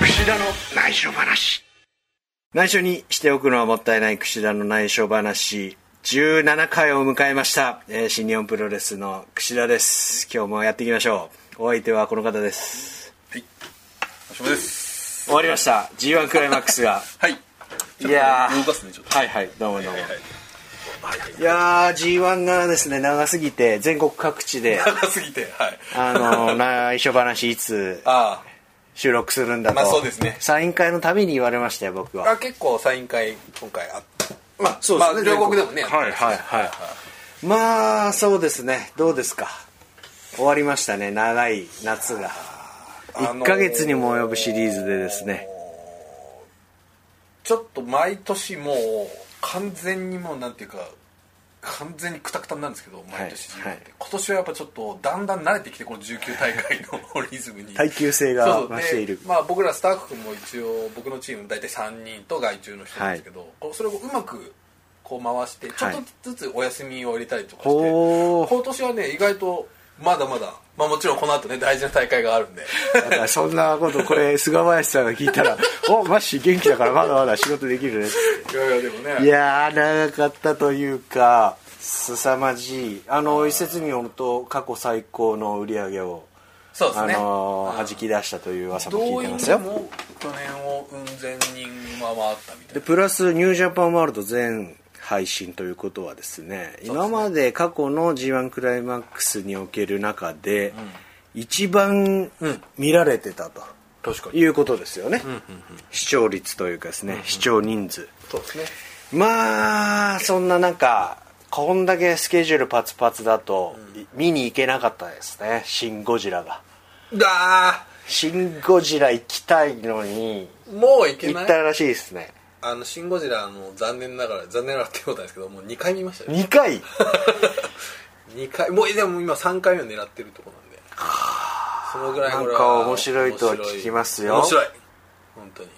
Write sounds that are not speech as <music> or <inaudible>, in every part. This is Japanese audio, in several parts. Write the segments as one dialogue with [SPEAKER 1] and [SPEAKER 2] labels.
[SPEAKER 1] 串田の内緒話
[SPEAKER 2] 内緒にしておくのはもったいない櫛田の内緒話17回を迎えました、えー新日本プロレスの櫛田です今日もやっていきましょうお相手はこの方です
[SPEAKER 1] おしまです
[SPEAKER 2] 終わりました G1 クライマックスが
[SPEAKER 1] はい
[SPEAKER 2] いやー
[SPEAKER 1] 動かすねちょっと
[SPEAKER 2] はいはいどうもどうも、
[SPEAKER 1] <laughs> はいはい
[SPEAKER 2] いやー G1 がですね長すぎて全国各地
[SPEAKER 1] <laughs>
[SPEAKER 2] で
[SPEAKER 1] 高すぎてはい
[SPEAKER 2] あのー内緒話いつ
[SPEAKER 1] <laughs> あ
[SPEAKER 2] 収録するんだと、
[SPEAKER 1] まあそうですね
[SPEAKER 2] サイン会のために言われましたよ僕
[SPEAKER 1] あ
[SPEAKER 2] は
[SPEAKER 1] あ結構サイン会今回あった
[SPEAKER 2] まあそ
[SPEAKER 1] まあ両国でもね
[SPEAKER 2] はいはいはいまあそうですねどうですか終わりましたね長い夏が
[SPEAKER 1] あのー
[SPEAKER 2] 1ヶ月にも及ぶシリーズでですね
[SPEAKER 1] ちょっと毎年もう完全にもうなんていうか完全にクタクタになるんですけど毎年、
[SPEAKER 2] はいはい
[SPEAKER 1] 今年はやっぱちょっとだんだん慣れてきてこの19大会の <laughs> リズムに
[SPEAKER 2] 耐久性
[SPEAKER 1] そ
[SPEAKER 2] が
[SPEAKER 1] うそう
[SPEAKER 2] 増している
[SPEAKER 1] でまあ、僕らスタッフも一応僕のチーム大体3人と外注の人なんですけど、こうそれをうまくこう回してちょっとずつお休みを入れたりとかして、
[SPEAKER 2] ほー
[SPEAKER 1] 今年はね意外とまだまだ、まあ、もちろんこの後ね大事な大会が
[SPEAKER 2] <laughs>
[SPEAKER 1] あるんで
[SPEAKER 2] だからそんなことこ <laughs> れ菅林さんが聞いたら「おマッシー元気だからまだまだ仕事でき <laughs> るね」
[SPEAKER 1] いやいやでもね
[SPEAKER 2] いやー長かったというか凄まじいあの一説によると過去最高の売り上げを、
[SPEAKER 1] そうです
[SPEAKER 2] あ
[SPEAKER 1] ね、
[SPEAKER 2] のー
[SPEAKER 1] うん
[SPEAKER 2] 弾き出したという噂も
[SPEAKER 1] 動
[SPEAKER 2] 聞いて
[SPEAKER 1] 員
[SPEAKER 2] ますよ
[SPEAKER 1] も去年をうん千人上回ったみた
[SPEAKER 2] で
[SPEAKER 1] い
[SPEAKER 2] プラスニュージャパンワールド全配信ということはですね今まで過去の g 1クライマックスにおける中で、一番見られてたと
[SPEAKER 1] な確か
[SPEAKER 2] いうことですよね、視聴率というかですね、視聴人数
[SPEAKER 1] そうですね
[SPEAKER 2] まあそんな中こんだけスケジュールパツパツだと、い見に行けなかったですね「シン・ゴジラ」が
[SPEAKER 1] だ
[SPEAKER 2] 「シン・ゴジラ」行きたいのに
[SPEAKER 1] ーもういけ
[SPEAKER 2] 行
[SPEAKER 1] な
[SPEAKER 2] っ
[SPEAKER 1] い
[SPEAKER 2] たらしいですね
[SPEAKER 1] あの「シン・ゴジラ」の残念ながら残念ながらってことなんですけどもう2回見ましたよ
[SPEAKER 2] 2回
[SPEAKER 1] <laughs> 2回もうでも今3回目を狙ってるとこなんでそのぐらい俺は
[SPEAKER 2] なんか面白いとは聞きますよ
[SPEAKER 1] 面白い本当に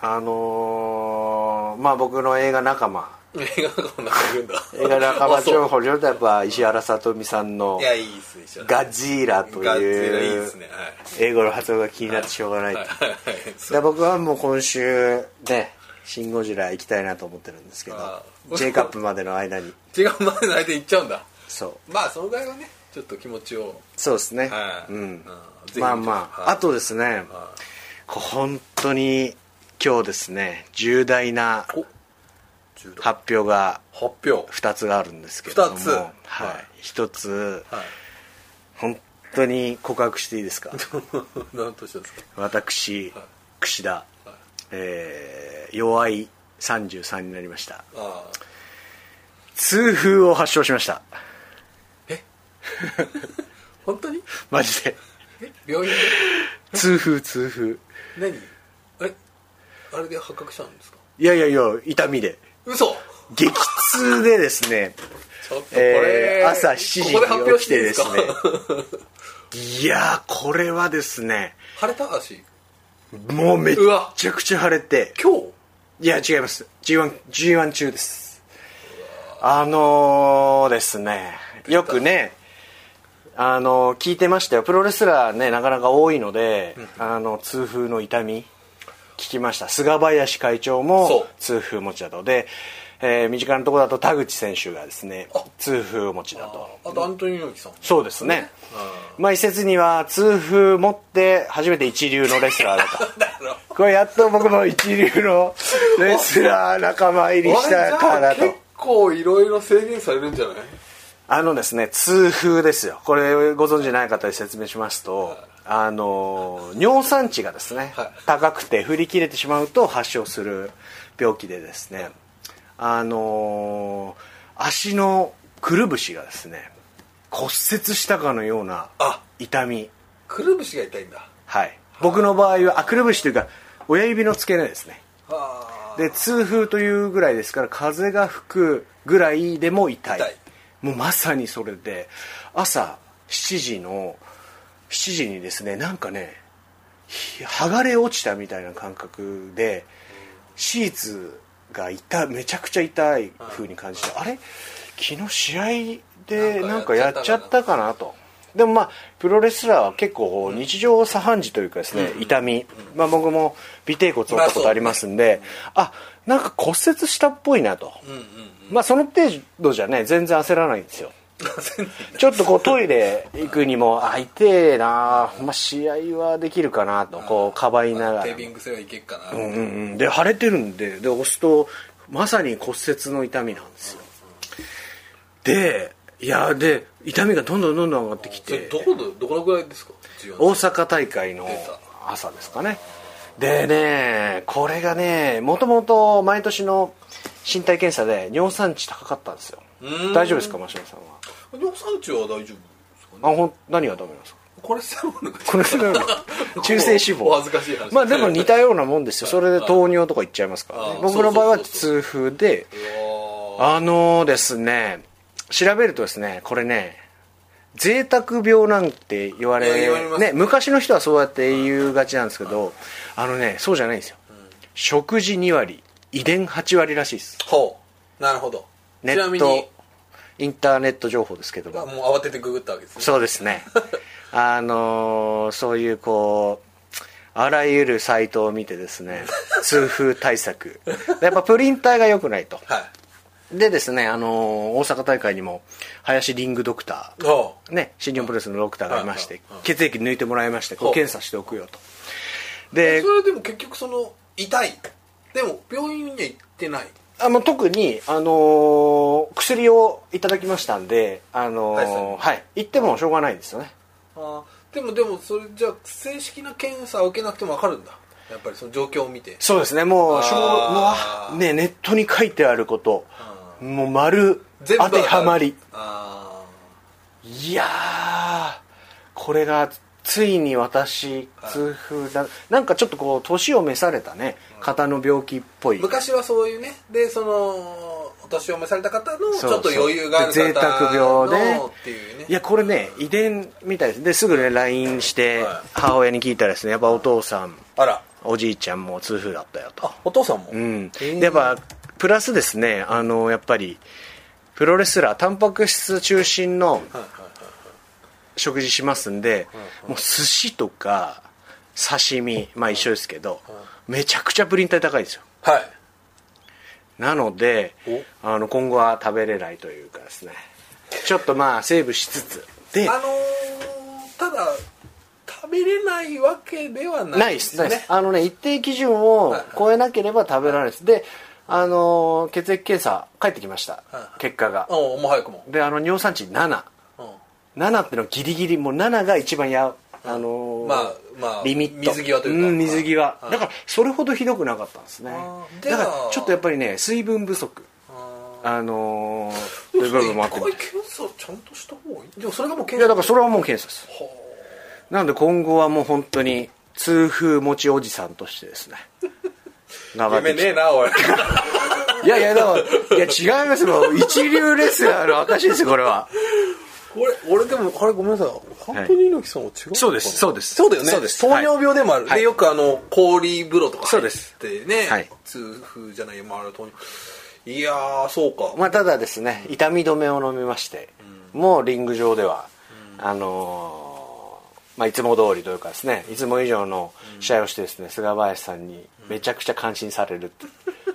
[SPEAKER 2] あのーまあ僕の映画仲間
[SPEAKER 1] 映画仲間の中にいるんだ
[SPEAKER 2] 映画仲間
[SPEAKER 1] あそう
[SPEAKER 2] 情報上でやっぱ石原さとみさんの
[SPEAKER 1] <laughs> いやいいっすね一緒
[SPEAKER 2] ガジーラと
[SPEAKER 1] ガッツリいい
[SPEAKER 2] い
[SPEAKER 1] っ
[SPEAKER 2] う
[SPEAKER 1] すねはい
[SPEAKER 2] 英語の発音が気になってしょうがないと
[SPEAKER 1] はいはい
[SPEAKER 2] で僕はもう今週ね「シン・ゴジラ」行きたいなと思ってるんですけど
[SPEAKER 1] あー
[SPEAKER 2] J カップまでの間に
[SPEAKER 1] 違う前の相手行っちゃうんだ
[SPEAKER 2] そう
[SPEAKER 1] まあそのぐらいはねちょっと気持ちを
[SPEAKER 2] そうですね、
[SPEAKER 1] はい
[SPEAKER 2] うん
[SPEAKER 1] ぜひ
[SPEAKER 2] まあま
[SPEAKER 1] は
[SPEAKER 2] あ
[SPEAKER 1] い
[SPEAKER 2] あとですねこう本当に今日ですね重大な
[SPEAKER 1] お重大
[SPEAKER 2] 発表が
[SPEAKER 1] 発表はい
[SPEAKER 2] 2つがあるんですけれども
[SPEAKER 1] 二つ
[SPEAKER 2] はい
[SPEAKER 1] はい
[SPEAKER 2] 1つ
[SPEAKER 1] <laughs>
[SPEAKER 2] 本当に告白していいですか
[SPEAKER 1] 何としたんですか
[SPEAKER 2] 私
[SPEAKER 1] はい
[SPEAKER 2] 櫛田、
[SPEAKER 1] はい
[SPEAKER 2] えー、弱い33になりました
[SPEAKER 1] ああ
[SPEAKER 2] 痛風を発症しました
[SPEAKER 1] 本当に
[SPEAKER 2] マジで
[SPEAKER 1] え病院
[SPEAKER 2] 痛風痛風
[SPEAKER 1] で何えあれで発覚したんですか
[SPEAKER 2] いやいやいや痛みで
[SPEAKER 1] 嘘
[SPEAKER 2] 激痛でですね
[SPEAKER 1] ちょっとこれ、
[SPEAKER 2] えー朝7時
[SPEAKER 1] ここで発
[SPEAKER 2] に
[SPEAKER 1] 表
[SPEAKER 2] 起き
[SPEAKER 1] してい
[SPEAKER 2] て
[SPEAKER 1] い
[SPEAKER 2] で
[SPEAKER 1] です
[SPEAKER 2] す
[SPEAKER 1] か
[SPEAKER 2] ねいやーこれはですね
[SPEAKER 1] 晴れた足
[SPEAKER 2] もうめっ
[SPEAKER 1] うわ
[SPEAKER 2] ちゃくちゃ腫れて
[SPEAKER 1] 今日
[SPEAKER 2] いや違います G1, G1 中ですあのー、ですねよくねあのー聞いてましたよプロレスラーねなかなか多いので、あの痛風の痛み聞きました菅林会長
[SPEAKER 1] そ
[SPEAKER 2] も
[SPEAKER 1] う
[SPEAKER 2] 痛風持ちだとで、えー身近なところだと田口選手がですね
[SPEAKER 1] あ
[SPEAKER 2] 痛風持ちだと
[SPEAKER 1] ああとアントニオ猪木さん
[SPEAKER 2] そうですねまあ一説には痛風持って初めて一流のレスラーだと
[SPEAKER 1] だから
[SPEAKER 2] これやっと僕の一流のレスラー仲間入りしたから
[SPEAKER 1] あれじゃあ
[SPEAKER 2] と
[SPEAKER 1] 結構いろいろ制限されるんじゃない
[SPEAKER 2] あのですね痛風ですよこれご存知ない方に説明しますとあの尿酸値がですね
[SPEAKER 1] はい
[SPEAKER 2] 高くて振り切れてしまうと発症する病気でですねあの足のくるぶしがですね骨折したかのような
[SPEAKER 1] あ
[SPEAKER 2] 痛み
[SPEAKER 1] くるぶしが痛いんだ
[SPEAKER 2] はい僕の場合はあくるぶしというか親指の付け根ですね
[SPEAKER 1] はあ
[SPEAKER 2] で痛風というぐらいですから風が吹くぐらいでも痛い
[SPEAKER 1] 痛い
[SPEAKER 2] もうまさにそれで朝7時の7時にですねなんかねひ剥がれ落ちたみたいな感覚でシーツが痛めちゃくちゃ痛い風に感じてあれ昨日試合でなんかやっちゃったかなとでもまあプロレスラーは結構日常茶飯事というかですね、
[SPEAKER 1] うん
[SPEAKER 2] 痛み、まあ、僕も尾てい骨折ったことありますんで、あなんか骨折したっぽいなと、
[SPEAKER 1] うんうん
[SPEAKER 2] まあその程度じゃね全然焦らないんですよちょっとこうトイレ行くにもあ痛えなまあ試合はできるかなとこうかばいながら
[SPEAKER 1] テーピングすればいけっかな、
[SPEAKER 2] うんうんうんで腫れてるんでで押すとまさに骨折の痛みなんですよでいやで痛みがどんどんどんどん上がってき
[SPEAKER 1] それ
[SPEAKER 2] て
[SPEAKER 1] どこのどこのぐらいですか
[SPEAKER 2] 大
[SPEAKER 1] 14
[SPEAKER 2] 阪大会の
[SPEAKER 1] 出た
[SPEAKER 2] 朝ですかねでねこれがねもともと毎年の身体検査で尿酸値高かったんですよ
[SPEAKER 1] うーん
[SPEAKER 2] 大丈夫ですかマシュルさんは
[SPEAKER 1] 尿酸値は大丈夫ですかね
[SPEAKER 2] あほん何がダメなんです
[SPEAKER 1] <laughs>
[SPEAKER 2] か
[SPEAKER 1] これさもうなんか
[SPEAKER 2] これなんか中性脂肪
[SPEAKER 1] お恥ずかしい話
[SPEAKER 2] まあでも似たようなもんですよそれで糖尿とかいっちゃいますからね
[SPEAKER 1] あ
[SPEAKER 2] 僕の場合は
[SPEAKER 1] そうそ
[SPEAKER 2] 痛
[SPEAKER 1] う
[SPEAKER 2] 風で
[SPEAKER 1] うわ
[SPEAKER 2] あのですね調べるとですねこれね贅沢病なんて言わ
[SPEAKER 1] いや言わ
[SPEAKER 2] れ
[SPEAKER 1] れます
[SPEAKER 2] ね昔の人はそうやって言うがちなんですけどあのねそうじゃないんですよ食事2割遺伝8割らしいです
[SPEAKER 1] ーほうなるほど
[SPEAKER 2] ネ
[SPEAKER 1] ちな
[SPEAKER 2] ッ
[SPEAKER 1] みに
[SPEAKER 2] トインターネット情報ですけど
[SPEAKER 1] あ
[SPEAKER 2] も
[SPEAKER 1] もう慌ててググったわけですね
[SPEAKER 2] そうです
[SPEAKER 1] <laughs>
[SPEAKER 2] ねあのーそういうこうあらゆるサイトを見てですね痛風対策やっぱプリン体が良くないと
[SPEAKER 1] はい
[SPEAKER 2] でですね、あのー大阪大会にも林リングドクタ
[SPEAKER 1] ほう
[SPEAKER 2] ー、ね、新日本プロレスのドクターがいまし
[SPEAKER 1] うん
[SPEAKER 2] て
[SPEAKER 1] うんうん
[SPEAKER 2] 血液抜いてもらいましてこ
[SPEAKER 1] ほ
[SPEAKER 2] う
[SPEAKER 1] う
[SPEAKER 2] 検査しておくよとで
[SPEAKER 1] それでも結局その痛いでも病院には行ってない
[SPEAKER 2] あもう特に、あのー薬をいただきましたんで、あの
[SPEAKER 1] はいそ
[SPEAKER 2] ー
[SPEAKER 1] う
[SPEAKER 2] はい、行ってもしょうがないんですよね
[SPEAKER 1] あーでもでもそれじゃあ正式な検査を受けなくても分かるんだやっぱりその状況を見て
[SPEAKER 2] そうですねもう
[SPEAKER 1] あー
[SPEAKER 2] しょうもうわね、ネットに書いてあることもう丸
[SPEAKER 1] 全部
[SPEAKER 2] 当てはまり
[SPEAKER 1] あ
[SPEAKER 2] いやーこれがついに私
[SPEAKER 1] はい
[SPEAKER 2] 痛風だなんかちょっとこう年を召されたね肩の病気っぽい
[SPEAKER 1] ー昔はそういうねでそのお年を召された方のち
[SPEAKER 2] そう
[SPEAKER 1] ょっと余裕がある方の
[SPEAKER 2] 贅沢病で
[SPEAKER 1] っていうね
[SPEAKER 2] いやこれね遺伝みたいですですぐね LINE して
[SPEAKER 1] はい
[SPEAKER 2] 母親に聞いたらですねやっぱお父さん
[SPEAKER 1] あら
[SPEAKER 2] おじいちゃんも痛風だったよと
[SPEAKER 1] あお父さんもう
[SPEAKER 2] うん、でやっぱプラスですねあのやっぱりプロレスラータンパク質中心の食事しますんで、もう寿司とか刺身まあ一緒ですけど、めちゃくちゃプリン体高いですよ
[SPEAKER 1] はい
[SPEAKER 2] なのであの今後は食べれないというかですねちょっとまあセーブしつつで
[SPEAKER 1] あのーただ食べれないわけでは
[SPEAKER 2] な
[SPEAKER 1] な
[SPEAKER 2] で
[SPEAKER 1] いいですす
[SPEAKER 2] な
[SPEAKER 1] ね
[SPEAKER 2] いですあのね一定基準を
[SPEAKER 1] はいはい
[SPEAKER 2] 超えなければ食べられないですであの血液検査帰ってきました
[SPEAKER 1] いはい
[SPEAKER 2] 結果が
[SPEAKER 1] おうもう早くも、
[SPEAKER 2] であの尿酸値77
[SPEAKER 1] うん
[SPEAKER 2] ってのギリギリもう7が一番やあのー
[SPEAKER 1] まあまあ
[SPEAKER 2] リミット
[SPEAKER 1] 水際というか
[SPEAKER 2] ん水際
[SPEAKER 1] はい
[SPEAKER 2] だからそれほどひどくなかったんですね
[SPEAKER 1] あーで
[SPEAKER 2] だ
[SPEAKER 1] は
[SPEAKER 2] からちょっとやっぱりね水分不足あのーという
[SPEAKER 1] でもそ
[SPEAKER 2] 部
[SPEAKER 1] れ
[SPEAKER 2] 分もあっ
[SPEAKER 1] 一
[SPEAKER 2] て
[SPEAKER 1] 回検査ちゃんとした方がいいでもそれがも
[SPEAKER 2] い
[SPEAKER 1] う
[SPEAKER 2] や
[SPEAKER 1] 検
[SPEAKER 2] だ
[SPEAKER 1] 査
[SPEAKER 2] からそれはもう検査ですなので今後はもう本当に痛風持ちおじさんとしてですね頑張っていきたい
[SPEAKER 1] えなおい
[SPEAKER 2] いやいや、でも、いや、違いますよ。一流レスラーの証ですよ、これは。
[SPEAKER 1] 俺俺でもあれごめんなさい本当に猪木さんは違うのかな
[SPEAKER 2] そうですそうです
[SPEAKER 1] そうだよね
[SPEAKER 2] そうです
[SPEAKER 1] 糖尿病でもある、
[SPEAKER 2] はい
[SPEAKER 1] でよくあの氷風呂とか
[SPEAKER 2] そうで
[SPEAKER 1] 入っ
[SPEAKER 2] す
[SPEAKER 1] てね、
[SPEAKER 2] はい
[SPEAKER 1] 痛風じゃないまああれ糖尿いやーそうか、
[SPEAKER 2] まあ、ただですね、痛み止めを飲みまして、もうリング上では、あのーまあ、いつも通りというかですね、いつも以上の試合をしてですね、菅林さんにめちゃくちゃ感心されるって。 <laughs>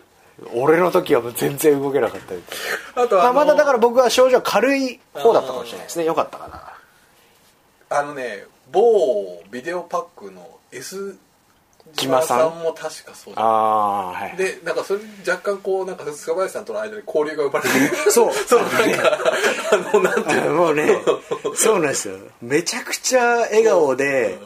[SPEAKER 2] 俺の時はもう全然動けなかったりとか
[SPEAKER 1] あと
[SPEAKER 2] ま <laughs>
[SPEAKER 1] は
[SPEAKER 2] あ、まだだから僕は症状は軽い方だったかもしれないですね。よかったかな。
[SPEAKER 1] あのね某ビデオパックの S
[SPEAKER 2] 木間さん
[SPEAKER 1] 木間も確かそうじゃ
[SPEAKER 2] ああ、は
[SPEAKER 1] ん
[SPEAKER 2] い。
[SPEAKER 1] でなんかそれ若干こうなんか菅林さんとの間に交流が生まれて
[SPEAKER 2] そう
[SPEAKER 1] そのなんかあのなんていうの
[SPEAKER 2] <laughs> もう
[SPEAKER 1] <laughs>
[SPEAKER 2] ね、そうなんですよ。めちゃくちゃ笑顔
[SPEAKER 1] <laughs>
[SPEAKER 2] で、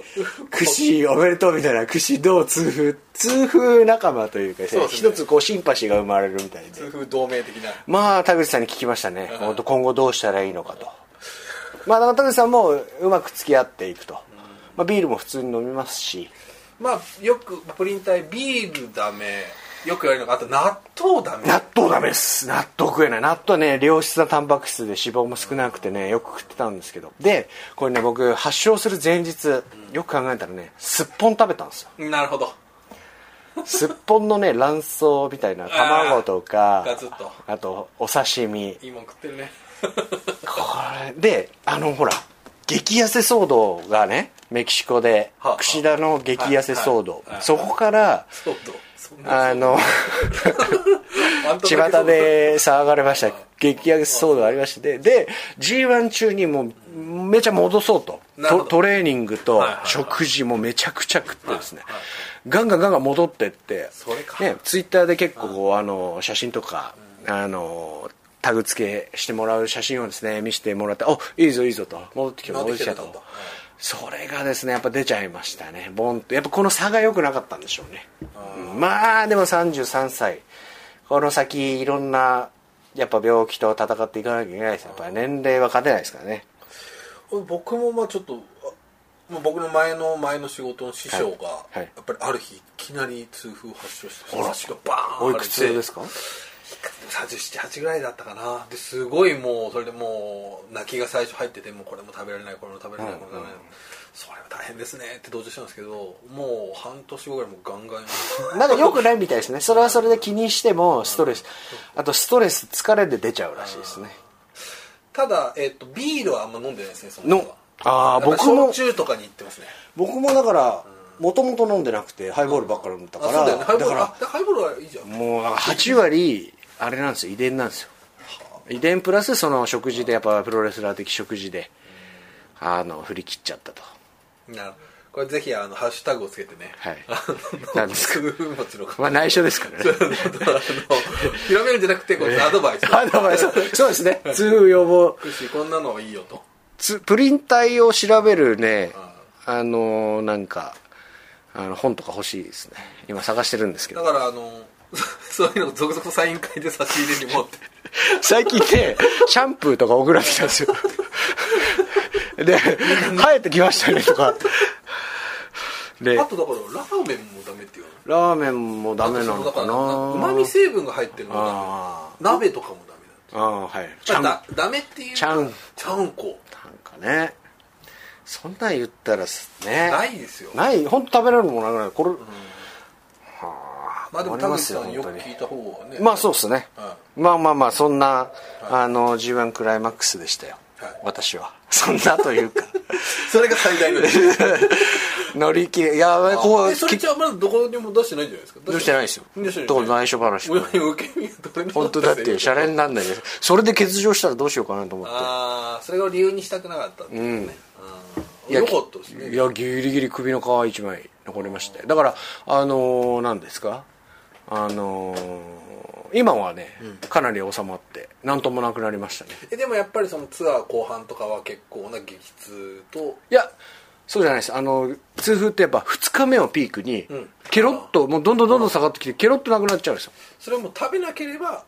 [SPEAKER 2] くしおめでとうみたいな、くしどう痛風、痛風仲間というかですね
[SPEAKER 1] そうです
[SPEAKER 2] 一
[SPEAKER 1] ね
[SPEAKER 2] つこうシンパシーが生まれるみたいで。
[SPEAKER 1] 痛風同盟的な
[SPEAKER 2] まあ、田口さんに聞きましたね。
[SPEAKER 1] ん
[SPEAKER 2] 本当今後どうしたらいいのかと。まあ、だから田口さんもうまく付き合っていくと。まあ、ビールも普通に飲みますし。
[SPEAKER 1] まあよくプリン体ビールダメよく言われるのがあと納豆ダメ
[SPEAKER 2] 納豆ダメです納豆食えない納豆ね良質なタンパク質で脂肪も少なくてねよく食ってたんですけどでこれね僕発症する前日よく考えたらねすっぽん食べたんですよ
[SPEAKER 1] なるほど
[SPEAKER 2] すっぽんの
[SPEAKER 1] <laughs>
[SPEAKER 2] ね卵巣みたいな卵とか
[SPEAKER 1] ガツッと
[SPEAKER 2] あとお刺身
[SPEAKER 1] いいもん食ってるね
[SPEAKER 2] これであのほら激痩せ騒動がねメキシコで
[SPEAKER 1] はあはあ
[SPEAKER 2] 櫛田の激痩せ騒動
[SPEAKER 1] はいはい
[SPEAKER 2] そこから
[SPEAKER 1] そうとそんな
[SPEAKER 2] あ
[SPEAKER 1] <laughs>
[SPEAKER 2] の
[SPEAKER 1] あんただけそう
[SPEAKER 2] 巷で騒がれました激上げ騒動ありましてで g 1中にもうめちゃ戻そうと
[SPEAKER 1] なるほ
[SPEAKER 2] と
[SPEAKER 1] ど
[SPEAKER 2] トレーニングと
[SPEAKER 1] はいはいはい
[SPEAKER 2] 食事もめちゃくちゃ食ってですね
[SPEAKER 1] はいはい
[SPEAKER 2] ガンガンガンガン戻ってって
[SPEAKER 1] それか
[SPEAKER 2] ねツイッターで結構こうあの写真とかあのタグ付けしてもらう写真をですね見せてもらって「おいいぞいいぞ」と戻ってきた
[SPEAKER 1] 戻
[SPEAKER 2] 戻
[SPEAKER 1] っ
[SPEAKER 2] って
[SPEAKER 1] て
[SPEAKER 2] き
[SPEAKER 1] き
[SPEAKER 2] た
[SPEAKER 1] た
[SPEAKER 2] と
[SPEAKER 1] ぞと
[SPEAKER 2] それがですねやっぱ出ちゃいましたねボンとやっぱこの差が良くなかったんでしょうねうんまあでも33歳この先いろんなやっぱ病気と戦っていかなきゃいけないですやっぱり年齢は勝てないですからね
[SPEAKER 1] 僕もまあちょっとあまあ僕の前の前の仕事の師匠が、
[SPEAKER 2] いはい
[SPEAKER 1] やっぱりある日いきなり痛風発症して
[SPEAKER 2] あら
[SPEAKER 1] 足がバーン
[SPEAKER 2] おいくつですか
[SPEAKER 1] 378ぐらいだったかなですごいもうそれでもう泣きが最初入っててもうこれも食べられないこれも食べられないこれも食べられない、それは大変ですねって同情したんですけどもう半年後ぐらいもうガンガン
[SPEAKER 2] なんか良くないみたいですねそれはそれで気にしてもストレスあとストレス疲れで出ちゃうらしいですね
[SPEAKER 1] ただ、えっとビールはあんま飲んでないですねその
[SPEAKER 2] のあー
[SPEAKER 1] やっぱり
[SPEAKER 2] 僕も
[SPEAKER 1] 焼酎とかに行ってますね
[SPEAKER 2] 僕もだからもともと飲んでなくてハイボールばっかり飲んだ
[SPEAKER 1] あそうだよねハイボール
[SPEAKER 2] ら
[SPEAKER 1] あハイボールはいいじゃん
[SPEAKER 2] もうなんか8割あれなんですよ遺伝なんですよ遺伝プラスその食事でやっぱプロレスラー的食事であの振り切っちゃったと
[SPEAKER 1] なこれぜひあのハッシュタグをつけてね
[SPEAKER 2] はい
[SPEAKER 1] あの
[SPEAKER 2] 何ですか
[SPEAKER 1] 痛風持ちの方
[SPEAKER 2] まあ内緒ですからね
[SPEAKER 1] あの広めるんじゃなくてこうアドバイス
[SPEAKER 2] あでもそうそうですね痛風予防
[SPEAKER 1] 福祉こんなのはいいよと
[SPEAKER 2] つプリン体を調べるねあのなんかあの本とか欲しいですね今探してるんですけ
[SPEAKER 1] だ
[SPEAKER 2] ど
[SPEAKER 1] からあの <laughs> そそういうのを続々サイン会で差し入れに持って
[SPEAKER 2] 最近ねシャンプーとか送られてきたんですよで生えてきましたねとかで
[SPEAKER 1] あとだからラーメンもダメっていう
[SPEAKER 2] ラーメンもダメな
[SPEAKER 1] の
[SPEAKER 2] のかな
[SPEAKER 1] うまみ成分が入ってるのが
[SPEAKER 2] あ
[SPEAKER 1] ダメ鍋とかもダメ
[SPEAKER 2] ああはいちゃ
[SPEAKER 1] だ
[SPEAKER 2] ん
[SPEAKER 1] ま
[SPEAKER 2] な
[SPEAKER 1] あだダメっていう
[SPEAKER 2] ちゃん
[SPEAKER 1] ちゃんこ
[SPEAKER 2] んかねそんなん言ったらすね
[SPEAKER 1] ないいですよ
[SPEAKER 2] ない本当食べれるものなくないこれ、はあ
[SPEAKER 1] まあで
[SPEAKER 2] 困
[SPEAKER 1] も
[SPEAKER 2] り
[SPEAKER 1] 田
[SPEAKER 2] ま
[SPEAKER 1] 口
[SPEAKER 2] す
[SPEAKER 1] さんによく
[SPEAKER 2] 本当
[SPEAKER 1] 聞
[SPEAKER 2] に
[SPEAKER 1] いた方がね
[SPEAKER 2] まあそうですね、
[SPEAKER 1] う
[SPEAKER 2] まあまあまあそんな、あの g 1クライマックスでしたよ、
[SPEAKER 1] はい
[SPEAKER 2] 私はそんなというか <laughs>
[SPEAKER 1] それが最大の
[SPEAKER 2] 乗り切れいやばい <laughs> ここ
[SPEAKER 1] えそれじゃあまだどこにも出してないんじゃないですか
[SPEAKER 2] 出してないですよ
[SPEAKER 1] 出してない
[SPEAKER 2] どこ内緒話
[SPEAKER 1] 俺に受け身はどれにも
[SPEAKER 2] 本当だってシャレになんないですそれで欠場したらどうしようかなと思って
[SPEAKER 1] ああそれを理由にしたくなかったんですね、
[SPEAKER 2] い
[SPEAKER 1] うん、
[SPEAKER 2] や
[SPEAKER 1] よかったですね
[SPEAKER 2] いやギリギリ首の皮一枚残りましてだからあのー何ですかあのー今はね、かなり収まって何ともなくなりましたね
[SPEAKER 1] えでもやっぱりそのツアー後半とかは結構な激痛と
[SPEAKER 2] いやそうじゃないですあの痛風ってやっぱ2日目をピークに、
[SPEAKER 1] ん
[SPEAKER 2] ケロッともうどんどんどんどん下がってきてケロッとなくなっちゃうんですよ
[SPEAKER 1] それはもう食べなければ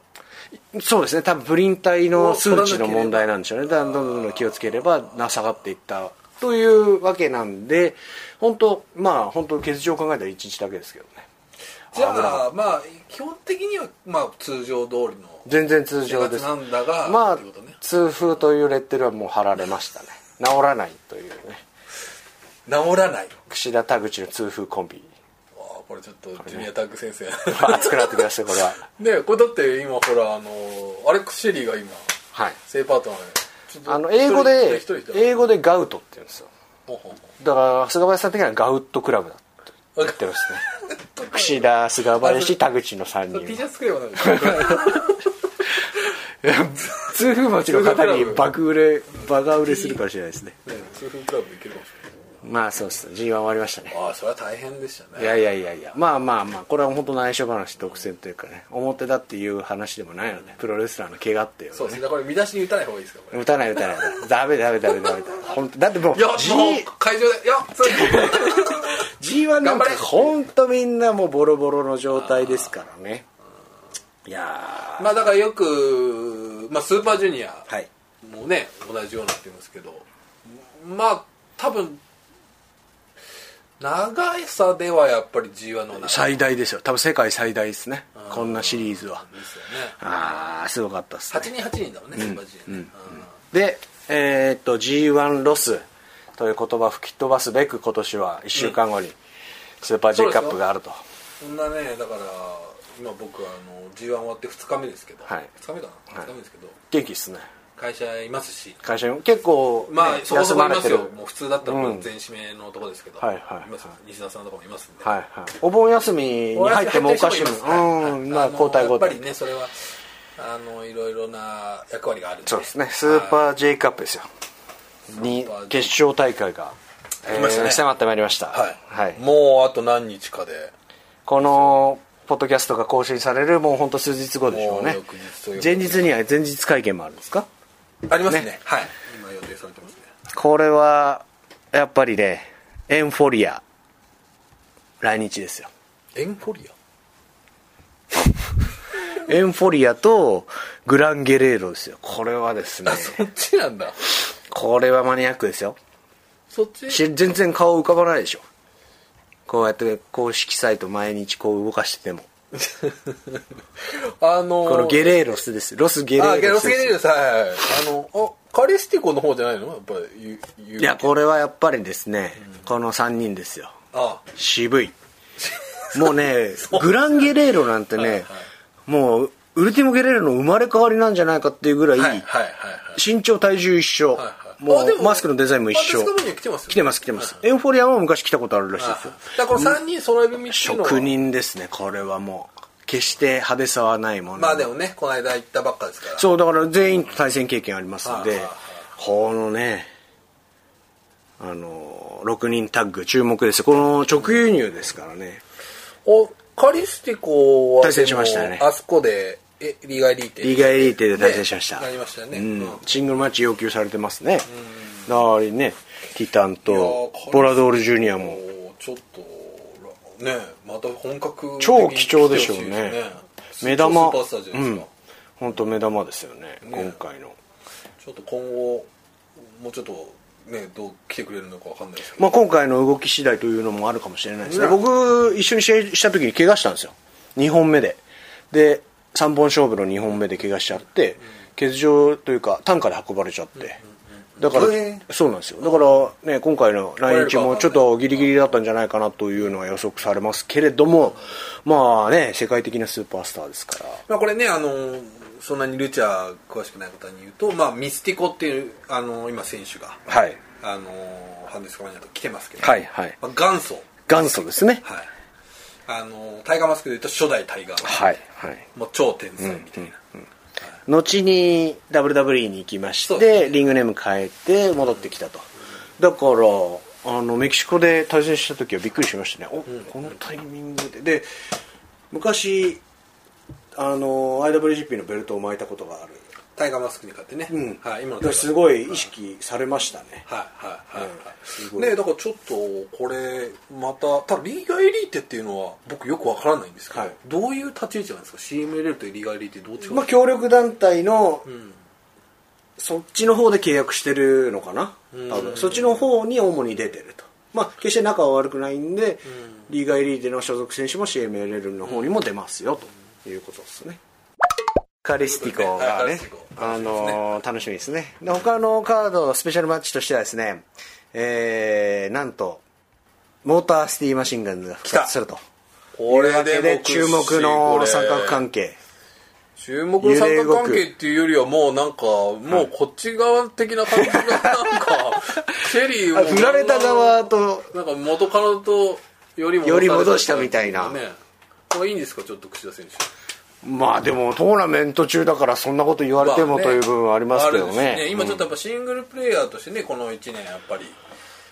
[SPEAKER 2] そうですね多分プリン体の数値の問題なんでしょうね
[SPEAKER 1] 取ら
[SPEAKER 2] だ
[SPEAKER 1] なん
[SPEAKER 2] ど
[SPEAKER 1] ければ
[SPEAKER 2] んどんどん気をつければな下がっていったというわけなんで本当まあ本当欠場を考えたら1日だけですけどね危
[SPEAKER 1] じ
[SPEAKER 2] なか
[SPEAKER 1] ゃあまあ基本的にはまあ通常通りの
[SPEAKER 2] 全然通
[SPEAKER 1] 生
[SPEAKER 2] 常で
[SPEAKER 1] 活
[SPEAKER 2] す
[SPEAKER 1] なんだが
[SPEAKER 2] まあ
[SPEAKER 1] ってことね
[SPEAKER 2] 痛風というレッテルはもう貼られましたね治らないというね
[SPEAKER 1] 治らない
[SPEAKER 2] 櫛田田口の痛風コンビ
[SPEAKER 1] ああこれちょっとジュニアタッグ先生
[SPEAKER 2] 熱くなってきましたよこれは
[SPEAKER 1] <laughs> ねこれだって今ほらあのアレックス・シェリーが今
[SPEAKER 2] はい
[SPEAKER 1] 正パートナーでちょっと
[SPEAKER 2] あの英語で
[SPEAKER 1] 一人一人一人
[SPEAKER 2] 英語でガウトって言うんですよ
[SPEAKER 1] ほうほうほ
[SPEAKER 2] だから菅林さん的にはガウットクラブだって言ってますね
[SPEAKER 1] <laughs> う
[SPEAKER 2] 櫛田菅林田口の3
[SPEAKER 1] そう T
[SPEAKER 2] 人
[SPEAKER 1] シャツ作ればなるじゃん
[SPEAKER 2] 痛風持ち
[SPEAKER 1] <laughs>
[SPEAKER 2] の方に爆売れバカ売れするかもしれないですね
[SPEAKER 1] ね痛風クラブ行けるかもし
[SPEAKER 2] まあそうです G1 終わりましたね
[SPEAKER 1] れないああそれは大変でした
[SPEAKER 2] い
[SPEAKER 1] ね
[SPEAKER 2] やいやいやいやまあまあまあこれは本当内緒話独占というかね表だっていう話でもないのでプロレスラーの怪我っていう
[SPEAKER 1] そ
[SPEAKER 2] の
[SPEAKER 1] う
[SPEAKER 2] はね
[SPEAKER 1] ですねこれ見出しに打たない方がいいですかこれ
[SPEAKER 2] 打たない打たないダメダメダメダメダメ本当だってもう
[SPEAKER 1] いやも
[SPEAKER 2] G-
[SPEAKER 1] う会場でいやそれ
[SPEAKER 2] <laughs> G1 なん
[SPEAKER 1] 頑張
[SPEAKER 2] か
[SPEAKER 1] れ
[SPEAKER 2] 本当みんなもうボロボロの状態ですからねいや
[SPEAKER 1] まあだからよく、まあ、スーパージュニア
[SPEAKER 2] ーはい
[SPEAKER 1] もね同じようなって言いますけどまあ多分長さではやっぱり G1 の方が長い
[SPEAKER 2] 最大ですよ多分世界最大ですねこんなシリーズは
[SPEAKER 1] ですよね
[SPEAKER 2] ああすごかったっすね
[SPEAKER 1] 8人8人だもんねスーパージュニアね
[SPEAKER 2] でえーっと G1 ロスという言葉を吹き飛ばすべく今年は1週間後にスーパー G カップがあると
[SPEAKER 1] そんなねだから今僕はあの G1 終わって2日目ですけど、
[SPEAKER 2] はい
[SPEAKER 1] 2日目かな、
[SPEAKER 2] はい
[SPEAKER 1] 2日目ですけど
[SPEAKER 2] 元気っすね
[SPEAKER 1] 会社いますし
[SPEAKER 2] 会社に結構、ね、
[SPEAKER 1] まあ、そこそこいますよ
[SPEAKER 2] は
[SPEAKER 1] もう普通だったら
[SPEAKER 2] うん
[SPEAKER 1] 全指名のとこですけど、
[SPEAKER 2] はいはい
[SPEAKER 1] ますよ西田さんとかもいますんで、
[SPEAKER 2] いはいお盆休みに入ってもおかしい
[SPEAKER 1] も
[SPEAKER 2] もんうんまあ交代交
[SPEAKER 1] やっぱり
[SPEAKER 2] 代
[SPEAKER 1] ねそれはあのいろいろな役割があるん
[SPEAKER 2] そうですねスーパ
[SPEAKER 1] はい
[SPEAKER 2] ー J カップですよに
[SPEAKER 1] スーパー J
[SPEAKER 2] 決勝大会が
[SPEAKER 1] ありましたね
[SPEAKER 2] えー迫ってまいりました
[SPEAKER 1] はい、
[SPEAKER 2] はい
[SPEAKER 1] もうあと何日かで
[SPEAKER 2] このポッドキャストが更新されるもう本当数日後でしょうね
[SPEAKER 1] もう翌日ということで
[SPEAKER 2] 前日には前日会見もあるんですか
[SPEAKER 1] ありますね
[SPEAKER 2] ね
[SPEAKER 1] はい今予定されてますね
[SPEAKER 2] これはやっぱりねエンフォリア来日ですよ
[SPEAKER 1] エンフォリア
[SPEAKER 2] エンフォリアとグランゲレーロですよこれはですね
[SPEAKER 1] あそっちなんだ
[SPEAKER 2] これはマニアックですよ
[SPEAKER 1] そっち
[SPEAKER 2] し全然顔浮かばないでしょこうやって公式サイト毎日こう動かしてても
[SPEAKER 1] あの
[SPEAKER 2] このゲレーロスですロスゲレ
[SPEAKER 1] あゲ
[SPEAKER 2] ーロ
[SPEAKER 1] ロ
[SPEAKER 2] ス
[SPEAKER 1] ス
[SPEAKER 2] で
[SPEAKER 1] ゲ
[SPEAKER 2] す
[SPEAKER 1] レーロスはいはいあのあカリスティコの方じゃないのやっぱりゆゆ
[SPEAKER 2] いやこれはやっぱりですね、この3人ですよ
[SPEAKER 1] あ
[SPEAKER 2] 渋
[SPEAKER 1] <laughs>
[SPEAKER 2] いもうねグランゲレーロなんてね、
[SPEAKER 1] はいはい
[SPEAKER 2] もうウルティモゲレーロの生まれ変わりなんじゃないかっていうぐらい、
[SPEAKER 1] はいはいはいはい
[SPEAKER 2] 身長体重一緒、
[SPEAKER 1] はいはい
[SPEAKER 2] も
[SPEAKER 1] あ
[SPEAKER 2] う
[SPEAKER 1] でも
[SPEAKER 2] マスクのデザインも一緒
[SPEAKER 1] あデスカバニー来てますよね
[SPEAKER 2] 来てます来てますエンフォリアも昔来たことあるらしい
[SPEAKER 1] あ
[SPEAKER 2] ですよ
[SPEAKER 1] だからこの3人揃え組っていうのは
[SPEAKER 2] 職人ですねこれはもう決して派手さはないもの
[SPEAKER 1] まあでもねこの間行ったばっかですから
[SPEAKER 2] そうだから全員と対戦経験ありますん
[SPEAKER 1] は
[SPEAKER 2] で
[SPEAKER 1] いはいはい
[SPEAKER 2] このねあの6人タッグ注目ですよこの直輸入ですからね
[SPEAKER 1] おカリスティコはで
[SPEAKER 2] 対
[SPEAKER 1] も
[SPEAKER 2] 戦しましたよね
[SPEAKER 1] あそこでえリーガイリーテ
[SPEAKER 2] リーガエリーテで対戦しました、
[SPEAKER 1] ねなりましたよね
[SPEAKER 2] う
[SPEAKER 1] うんん
[SPEAKER 2] シングルマッチ要求されてますねだからねティタン
[SPEAKER 1] いや
[SPEAKER 2] と
[SPEAKER 1] ーカリス
[SPEAKER 2] ボラドールジュニアも
[SPEAKER 1] もうちょっとねまた本格的
[SPEAKER 2] 超
[SPEAKER 1] に
[SPEAKER 2] 貴重でしょうね
[SPEAKER 1] 来てほいですね
[SPEAKER 2] 目玉
[SPEAKER 1] スーパースターじゃないですか、
[SPEAKER 2] 本当目玉ですよね今回の、
[SPEAKER 1] ちょっと今後もうちょっとねどう来てくれるのかわかんないですけど、
[SPEAKER 2] まあ、今回の動き次第というのもあるかもしれないですね、
[SPEAKER 1] うん
[SPEAKER 2] 僕一緒に試合した時に怪我したんですよ2本目でで3本勝負の2本目で怪我しちゃって、欠場というか単価で運ばれちゃって、だから、
[SPEAKER 1] へえ
[SPEAKER 2] そうなんですよだから、ね、今回の来日もちょっとギリギリだったんじゃないかなというのは予測されますけれども、まあね世界的なスーパースターですから
[SPEAKER 1] まあ、これねあのーそんなにルチャー詳しくない方に言うと、まあ、ミスティコっていうあのー今選手が、
[SPEAKER 2] はい
[SPEAKER 1] あのーハンデスカマニアと来てますけど、
[SPEAKER 2] はいはい
[SPEAKER 1] まあ、元祖
[SPEAKER 2] 元祖ですね
[SPEAKER 1] はいあのータイガーマスクで言うと初代タイガーマスク、
[SPEAKER 2] はいはい
[SPEAKER 1] もう超天才みたいな、
[SPEAKER 2] 後に WWE に行きまし
[SPEAKER 1] そうで
[SPEAKER 2] て、リングネーム変えて戻ってきたとだからあのメキシコで対戦した時はびっくりしましたねお、このタイミングでで昔あの IWGP のベルトを巻いたことがある、
[SPEAKER 1] タイガーマスクに勝ってね、はい、今の
[SPEAKER 2] だからすごい意識されましたね、
[SPEAKER 1] はいはいはいはい、
[SPEAKER 2] すごい
[SPEAKER 1] ねだからちょっとこれまたただリーガエリーテっていうのは僕よくわからないんですけど、
[SPEAKER 2] はい
[SPEAKER 1] どういう立ち位置なんですか CMLL とリーガエリーテどう違うんですか、
[SPEAKER 2] まあ、協力団体の、そっちの方で契約してるのかな多分そっちの方に主に出てるとまあ決して仲は悪くないんで、リーガエリーテの所属選手も CMLL の方にも出ますよ、ということですねカリスティコがね
[SPEAKER 1] カリスティコ、
[SPEAKER 2] あのー楽しみですね。で他のカード、スペシャルマッチとしてはですね、えー、なんと、モータースティーマシンガンズが復活すると。
[SPEAKER 1] こ
[SPEAKER 2] というわけで注目の三角関係。
[SPEAKER 1] 注目の三角関係っていうよりはもうなんかもうこっち側的な感じがなんかシェリー
[SPEAKER 2] あ
[SPEAKER 1] も
[SPEAKER 2] 振られた側と
[SPEAKER 1] なんか元カノとより戻され
[SPEAKER 2] より戻したみたいな
[SPEAKER 1] ねこれいいんですかちょっと櫛田選手
[SPEAKER 2] まあでもトーナメント中だからそんなこと言われてもという部分はありますけどね,、
[SPEAKER 1] あるし今ちょっとやっぱシングルプレイヤーとしてねこの1年やっぱり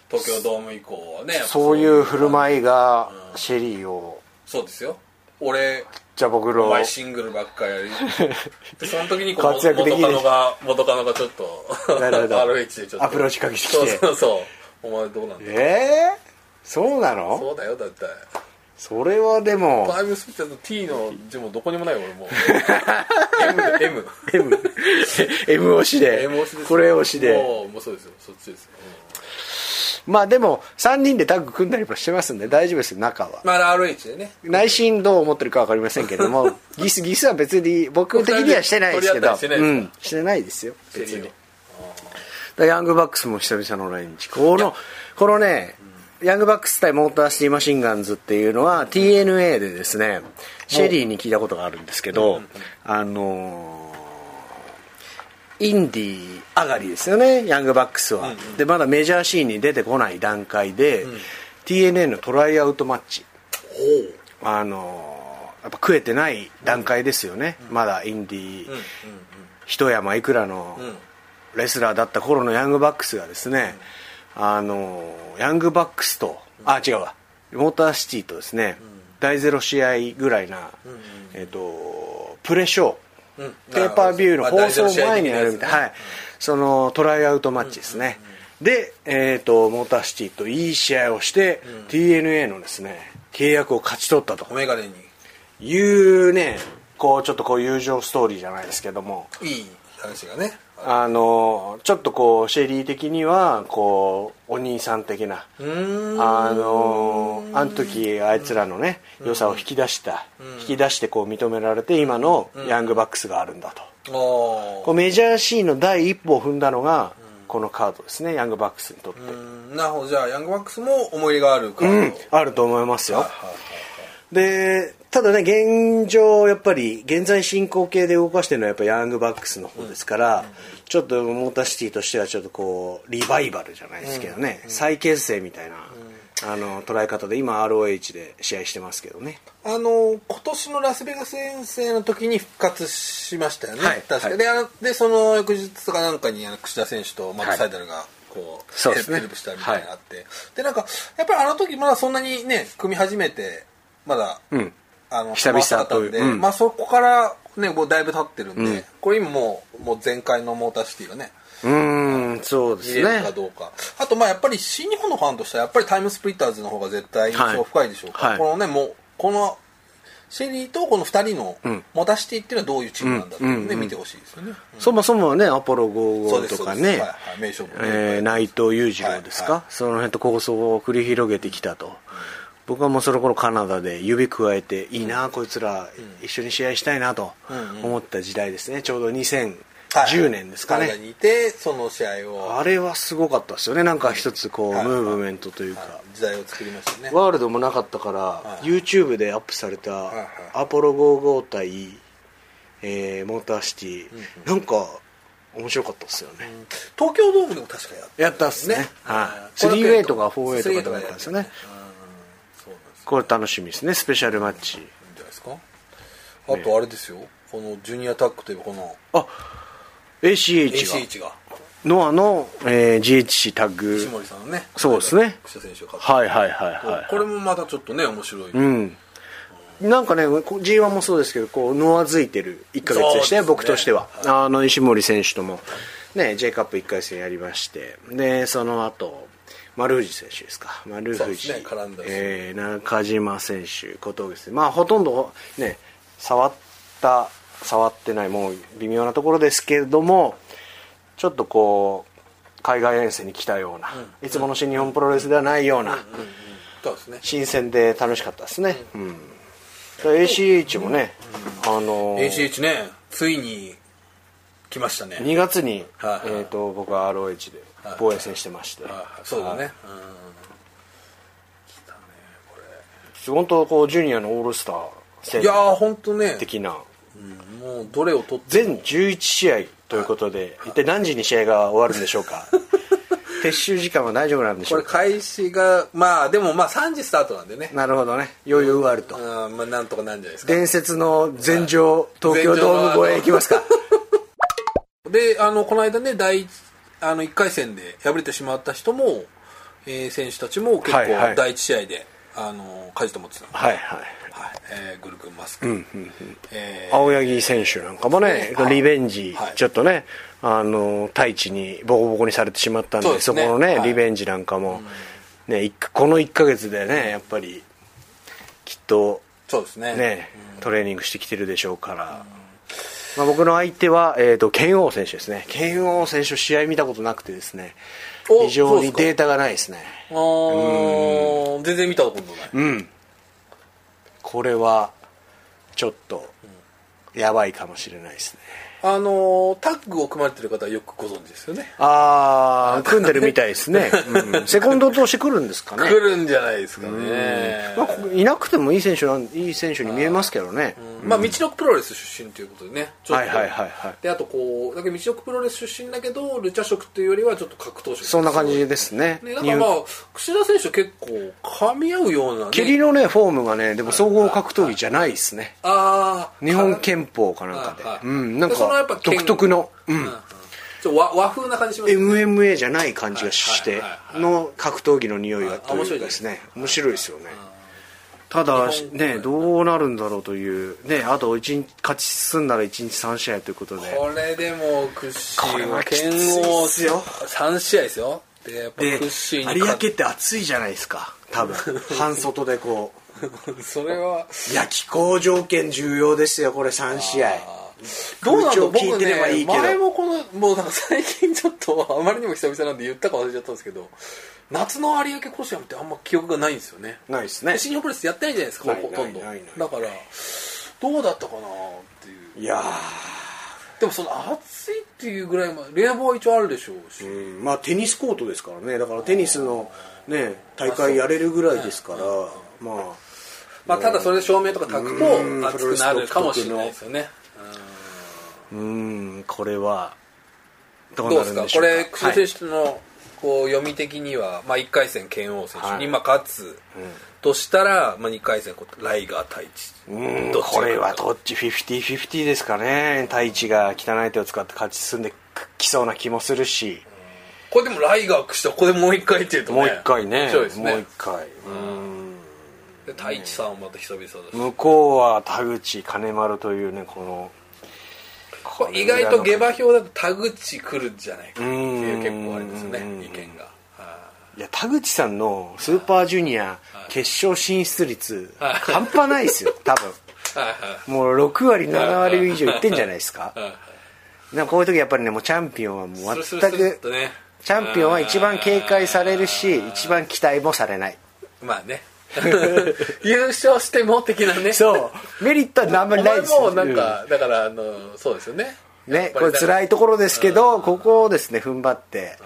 [SPEAKER 1] 東京ドーム以降はね
[SPEAKER 2] そういう振る
[SPEAKER 1] い
[SPEAKER 2] 舞いがシェリーを
[SPEAKER 1] そうですよ俺
[SPEAKER 2] ジャボグ
[SPEAKER 1] お
[SPEAKER 2] ロ
[SPEAKER 1] 前シングルばっか
[SPEAKER 2] <laughs>
[SPEAKER 1] やりでその時にこう
[SPEAKER 2] 活躍でき
[SPEAKER 1] 元
[SPEAKER 2] ね
[SPEAKER 1] カノが元カノがちょっと
[SPEAKER 2] なるほど
[SPEAKER 1] RH でちょっと
[SPEAKER 2] アプローチかけてきて
[SPEAKER 1] そうそうそうお前どうなんだよ
[SPEAKER 2] えー、そうなの
[SPEAKER 1] そうだよだって
[SPEAKER 2] それはでも
[SPEAKER 1] タイムスピッツの T の字もどこにもないよ俺
[SPEAKER 2] <laughs>
[SPEAKER 1] もう M で <laughs> M
[SPEAKER 2] M, M 押しで
[SPEAKER 1] M 押しですよ
[SPEAKER 2] これ押しで
[SPEAKER 1] もうもうそうですよそっちですよ、うん
[SPEAKER 2] まあでも3人でタッグ組んだりもしてますんで大丈夫ですよ中は
[SPEAKER 1] まあ RH でね
[SPEAKER 2] 内心どう思ってるか分かりませんけど
[SPEAKER 1] <laughs>
[SPEAKER 2] もギスギスは別に僕的にはしてないですけど
[SPEAKER 1] 取り合ったりしてないです
[SPEAKER 2] う
[SPEAKER 1] か
[SPEAKER 2] ん、してないですよ別
[SPEAKER 1] シェリ
[SPEAKER 2] に
[SPEAKER 1] ーを
[SPEAKER 2] だヤングバックスも久々の来日このこのね、ヤングバックス対モーターシティマシンガンズっていうのは TNA でですねシェリーに聞いたことがあるんですけど、あのーインディー上がりですよねヤングバックスは、でまだメジャーシーンに出てこない段階で、TNA のトライアウトマッチあのーやっぱ食えてない段階ですよね、まだインディー、一山いくらの
[SPEAKER 1] ん
[SPEAKER 2] レスラーだった頃のヤングバックスがですね、あのヤングバックスと、あ違うわモーターシティとですね、第0試合ぐらいな、えっとプレショー
[SPEAKER 1] うん
[SPEAKER 2] ペーパービューの放送前にやるみたいな、
[SPEAKER 1] あ
[SPEAKER 2] はい、そのトライアウトマッチですね、で、えー、とモーターシティといい試合をして、TNA のですね契約を勝ち取ったと
[SPEAKER 1] お眼鏡に
[SPEAKER 2] いうねこうちょっとこう友情ストーリーじゃないですけども
[SPEAKER 1] いい話がね
[SPEAKER 2] あのちょっとこうシェリー的にはこうお兄さん的な
[SPEAKER 1] うーん
[SPEAKER 2] あのあの時あいつらのね良さを引き出した引き出してこう認められて今のヤングバックスがあるんだと
[SPEAKER 1] お
[SPEAKER 2] こうメジャーシーンの第一歩を踏んだのがこのカードですねヤングバックスにとって
[SPEAKER 1] うんなるほどじゃあヤングバックスも思い入れがあるから、はい
[SPEAKER 2] あると思いますよ
[SPEAKER 1] はい
[SPEAKER 2] でただね現状やっぱり現在進行形で動かしてるのはやっぱヤングバックスの方ですから、ちょっとモーターシティとしてはちょっとこうリバイバルじゃないですけどね、再結成みたいな、あの捉え方で今 ROH で試合してますけどね
[SPEAKER 1] あの今年のラスベガス遠征の時に復活しましたよね、
[SPEAKER 2] はい
[SPEAKER 1] 確か、
[SPEAKER 2] はい
[SPEAKER 1] であのでその翌日かなんかにあの櫛田選手とマック・
[SPEAKER 2] はい
[SPEAKER 1] サイダルがこう,、
[SPEAKER 2] そうですね
[SPEAKER 1] ヘルプしたみたいなのがあって、でなんかやっぱりあの時まだそんなにね組み始めてまだ、
[SPEAKER 2] うん
[SPEAKER 1] あの
[SPEAKER 2] 久々
[SPEAKER 1] だったんで、
[SPEAKER 2] といううん
[SPEAKER 1] まあ、そこから、ね、もうだいぶ経ってるんで、これ今もうもう前回のモーターシティがね
[SPEAKER 2] うーんそうで
[SPEAKER 1] 見
[SPEAKER 2] す
[SPEAKER 1] れるか
[SPEAKER 2] ね
[SPEAKER 1] どうか、あとまあやっぱり新日本のファンとしてはやっぱりタイムスプリッターズの方が絶対印象深いでしょうから、
[SPEAKER 2] はい
[SPEAKER 1] このねもうこのシェリーとこの2人の
[SPEAKER 2] ん
[SPEAKER 1] 持たしていっていうのはどういうチームなんだっていうのをね、見てほしいですよね、
[SPEAKER 2] そもそもねアポロ
[SPEAKER 1] そうで
[SPEAKER 2] 55
[SPEAKER 1] す
[SPEAKER 2] とか
[SPEAKER 1] そうで
[SPEAKER 2] ね
[SPEAKER 1] すはいはい名勝負、
[SPEAKER 2] えー内藤裕次郎ですか、
[SPEAKER 1] はいは
[SPEAKER 2] その辺と構想を繰り広げてきたと、僕はもうその頃カナダで指加えていいな、こいつら一緒に試合したいなと思った時代ですねちょうど2010年ですかね、
[SPEAKER 1] 海外にいてその試合を
[SPEAKER 2] あれはすごかったですよねなんか一つこう、
[SPEAKER 1] はい
[SPEAKER 2] ムーブメントというか、
[SPEAKER 1] 時代を作りましたね
[SPEAKER 2] ワールドもなかったから、
[SPEAKER 1] い
[SPEAKER 2] YouTube でアップされ
[SPEAKER 1] いは
[SPEAKER 2] た「アポロ55対、えーモーターシティ」なんか面白かったですよね、
[SPEAKER 1] 東京ドームでも確かやった
[SPEAKER 2] やったっすねはい
[SPEAKER 1] うん
[SPEAKER 2] スリーウェイとかフォーウェイとか
[SPEAKER 1] スリーや
[SPEAKER 2] だったんですよね
[SPEAKER 1] うんそうなんです
[SPEAKER 2] これ楽しみですねスペシャルマッチ
[SPEAKER 1] いいんじゃないですかあとあれですよこのジュニアタッグといえばこの
[SPEAKER 2] あ ACH が
[SPEAKER 1] ACH が
[SPEAKER 2] ノアの、えー GHC タッ
[SPEAKER 1] 石
[SPEAKER 2] グ
[SPEAKER 1] 森さんのね
[SPEAKER 2] そうですね
[SPEAKER 1] 櫛田選手が勝った
[SPEAKER 2] はいはいはいはい、
[SPEAKER 1] これもまたちょっとね面白い、
[SPEAKER 2] うんなんかねこう G1 もそうですけどこうノアづいてる1か月でしたね
[SPEAKER 1] そうですね
[SPEAKER 2] 僕としては、あの石森選手とも、ね、J カップ1回戦やりましてでその後丸藤選手ですか丸
[SPEAKER 1] そう
[SPEAKER 2] 藤、
[SPEAKER 1] ですね絡んだし
[SPEAKER 2] えー中島選手小峠選手まあほとんどね触った触ってないもう微妙なところですけれどもちょっとこう海外遠征に来たような、いつもの新日本プロレスではないような、
[SPEAKER 1] そうですね
[SPEAKER 2] 新鮮で楽しかったですね、うん、ACH もね、あのー
[SPEAKER 1] ACH ねついに来ましたね
[SPEAKER 2] 2月に、
[SPEAKER 1] はいはい
[SPEAKER 2] えー、と僕は ROH で防衛戦してまして、
[SPEAKER 1] あそうだね
[SPEAKER 2] 本当こうジュニアのオールスター
[SPEAKER 1] うん
[SPEAKER 2] 戦
[SPEAKER 1] いやー本当ね
[SPEAKER 2] 的な
[SPEAKER 1] もうどれを取って
[SPEAKER 2] 全11試合ということで一体何時に試合が終わるんでしょう <laughs> か撤収時間は大丈夫なんでし
[SPEAKER 1] こ
[SPEAKER 2] ょ
[SPEAKER 1] れ
[SPEAKER 2] うか
[SPEAKER 1] 開始がまあでもまあ3時スタートなんでね
[SPEAKER 2] なるほどね余裕はあると、
[SPEAKER 1] うんまあなんとかなんじゃないですか
[SPEAKER 2] 伝説の全場東京ドーム越え行きますか
[SPEAKER 1] であのこの間ね第一あの1回戦で敗れてしまった人も、えー選手たちも結
[SPEAKER 2] はいは
[SPEAKER 1] 構
[SPEAKER 2] い
[SPEAKER 1] 第1試合で、あの舵と思ってた
[SPEAKER 2] <laughs>
[SPEAKER 1] の
[SPEAKER 2] はいはい
[SPEAKER 1] はいえーグルクンマスク、えー
[SPEAKER 2] 青柳選手なんかもね、
[SPEAKER 1] はい
[SPEAKER 2] リベンジ、
[SPEAKER 1] はい
[SPEAKER 2] ちょっとね、あの太一にボコボコにされてしまったんで、
[SPEAKER 1] そ
[SPEAKER 2] そう
[SPEAKER 1] ですね
[SPEAKER 2] このね、
[SPEAKER 1] はい
[SPEAKER 2] リベンジなんかも、ね、一この1か月でね、やっぱり、きっと
[SPEAKER 1] そうですね
[SPEAKER 2] ね、トレーニングしてきてるでしょうから、まあ、僕の相手は、えー、と剣王選手ですね、剣王選手、試合見たことなくてですね、
[SPEAKER 1] お
[SPEAKER 2] 非常に
[SPEAKER 1] そうで
[SPEAKER 2] デ
[SPEAKER 1] す
[SPEAKER 2] ータがないですね、
[SPEAKER 1] あー全然見たことない、
[SPEAKER 2] うん、これはちょっと、やばいかもしれないですね。
[SPEAKER 1] ああのタッグを組まれてる方はよくご存知ですよね
[SPEAKER 2] ああ組んでるみたいです
[SPEAKER 1] <laughs>
[SPEAKER 2] ね、うんセコンドとして来るんですかね
[SPEAKER 1] 来るんじゃないですかね
[SPEAKER 2] まあここいなくてもいい選手なんいい選手に見えますけどね
[SPEAKER 1] まあ、道のくプロレス出身ということでね、ちょっ
[SPEAKER 2] は
[SPEAKER 1] と
[SPEAKER 2] いはいはいはい
[SPEAKER 1] であとこう、だけど道のくプロレス出身だけど、ルチャ色というよりはちょっと格闘色
[SPEAKER 2] そんな感じですね
[SPEAKER 1] ね、だからまあ
[SPEAKER 2] 入、
[SPEAKER 1] 櫛田選手、結構、噛み合うようなね、
[SPEAKER 2] 蹴りのねフォームがねでも総合格闘技じゃないですね
[SPEAKER 1] あー
[SPEAKER 2] 日本憲法かなん
[SPEAKER 1] はい
[SPEAKER 2] か
[SPEAKER 1] はい
[SPEAKER 2] でうんなん
[SPEAKER 1] でそのやっぱ
[SPEAKER 2] か独特のうん
[SPEAKER 1] うんうんちょっと和和風な感じしますね
[SPEAKER 2] MMA じゃない感じがして
[SPEAKER 1] はいはいはい
[SPEAKER 2] の格闘技の匂いが
[SPEAKER 1] あ面白い
[SPEAKER 2] とうかですね面白いですよねただ
[SPEAKER 1] 日本
[SPEAKER 2] ねどうなるんだろうというねあと一日勝ち進んだら1日3試合ということで
[SPEAKER 1] これでもクッシ
[SPEAKER 2] これ
[SPEAKER 1] ー
[SPEAKER 2] は
[SPEAKER 1] は
[SPEAKER 2] きつい
[SPEAKER 1] 剣
[SPEAKER 2] っ
[SPEAKER 1] 王
[SPEAKER 2] すよ
[SPEAKER 1] 3試合ですよでやっぱク
[SPEAKER 2] で
[SPEAKER 1] ッシーに
[SPEAKER 2] 有明って暑いじゃないですか多
[SPEAKER 1] <laughs>
[SPEAKER 2] 分半外でこう
[SPEAKER 1] 勝っそれは
[SPEAKER 2] 焼や気候条件重要ですよこれ3試合
[SPEAKER 1] どうなの
[SPEAKER 2] 空調聞
[SPEAKER 1] 僕
[SPEAKER 2] いてればい
[SPEAKER 1] ね
[SPEAKER 2] いけど
[SPEAKER 1] 前もこのもうなんか最近ちょっとあまりにも久々なんで言ったか忘れちゃったんですけど夏の有明コロシアムってあんま記憶がないんですよね
[SPEAKER 2] ないですね
[SPEAKER 1] で新日本プロレスやってないじゃないですか
[SPEAKER 2] ない
[SPEAKER 1] ほとんどだ
[SPEAKER 2] ない
[SPEAKER 1] か
[SPEAKER 2] ないない
[SPEAKER 1] らどうだったかなっていう
[SPEAKER 2] いや
[SPEAKER 1] でもその暑いっていうぐらいまで冷房は一応あるでしょうし
[SPEAKER 2] ーうんまあテニスコートですからねだからテニスのね大会やれるぐらいですからま
[SPEAKER 1] まあ、ただそれで照明とか焚くと
[SPEAKER 2] ん
[SPEAKER 1] 熱くなるかもしれないですよね
[SPEAKER 2] あうんこれはどう
[SPEAKER 1] ど
[SPEAKER 2] な
[SPEAKER 1] う
[SPEAKER 2] る
[SPEAKER 1] です
[SPEAKER 2] ん
[SPEAKER 1] か
[SPEAKER 2] でしょう
[SPEAKER 1] こ
[SPEAKER 2] か
[SPEAKER 1] れ久
[SPEAKER 2] はい
[SPEAKER 1] 世選手のこう読み的には、まあ、1回戦拳王選手
[SPEAKER 2] はい
[SPEAKER 1] にまあ勝つとしたら、まあ、2回戦こうライガー対地
[SPEAKER 2] うん
[SPEAKER 1] どっちが
[SPEAKER 2] これはどっち50-50ですかね太一が汚い手を使って勝ち進んできそうな気もするし
[SPEAKER 1] これでもライガーくしてここでもう1回っていうとね
[SPEAKER 2] もう一回ね
[SPEAKER 1] 面白いですね
[SPEAKER 2] もう一回うん
[SPEAKER 1] で太一さんはまた久々だし、
[SPEAKER 2] 向こうは田口金丸というねこの
[SPEAKER 1] これ意外と下馬評だと田口来るんじゃないかっていう
[SPEAKER 2] うん
[SPEAKER 1] 結構あれですね
[SPEAKER 2] うん
[SPEAKER 1] 意見がはい
[SPEAKER 2] や田口さんのスーパージュニア決勝進出率半端ない
[SPEAKER 1] <laughs>
[SPEAKER 2] ですよ多分
[SPEAKER 1] いはいはい
[SPEAKER 2] もう6割7割以上いってんじゃないですかなんかこういう時やっぱりねもうチャンピオンはもう
[SPEAKER 1] スルス
[SPEAKER 2] 全
[SPEAKER 1] ルスルっ
[SPEAKER 2] く
[SPEAKER 1] とね
[SPEAKER 2] チャンピオンは一番警戒されるし一番期待もされない
[SPEAKER 1] まあね <laughs> 優勝しても的なね <laughs>
[SPEAKER 2] そうメリットはあんまりないです
[SPEAKER 1] お前もなんか、だからあのそうですよね
[SPEAKER 2] ね、これ辛
[SPEAKER 1] い
[SPEAKER 2] いところですけど、ここをですね踏ん張って、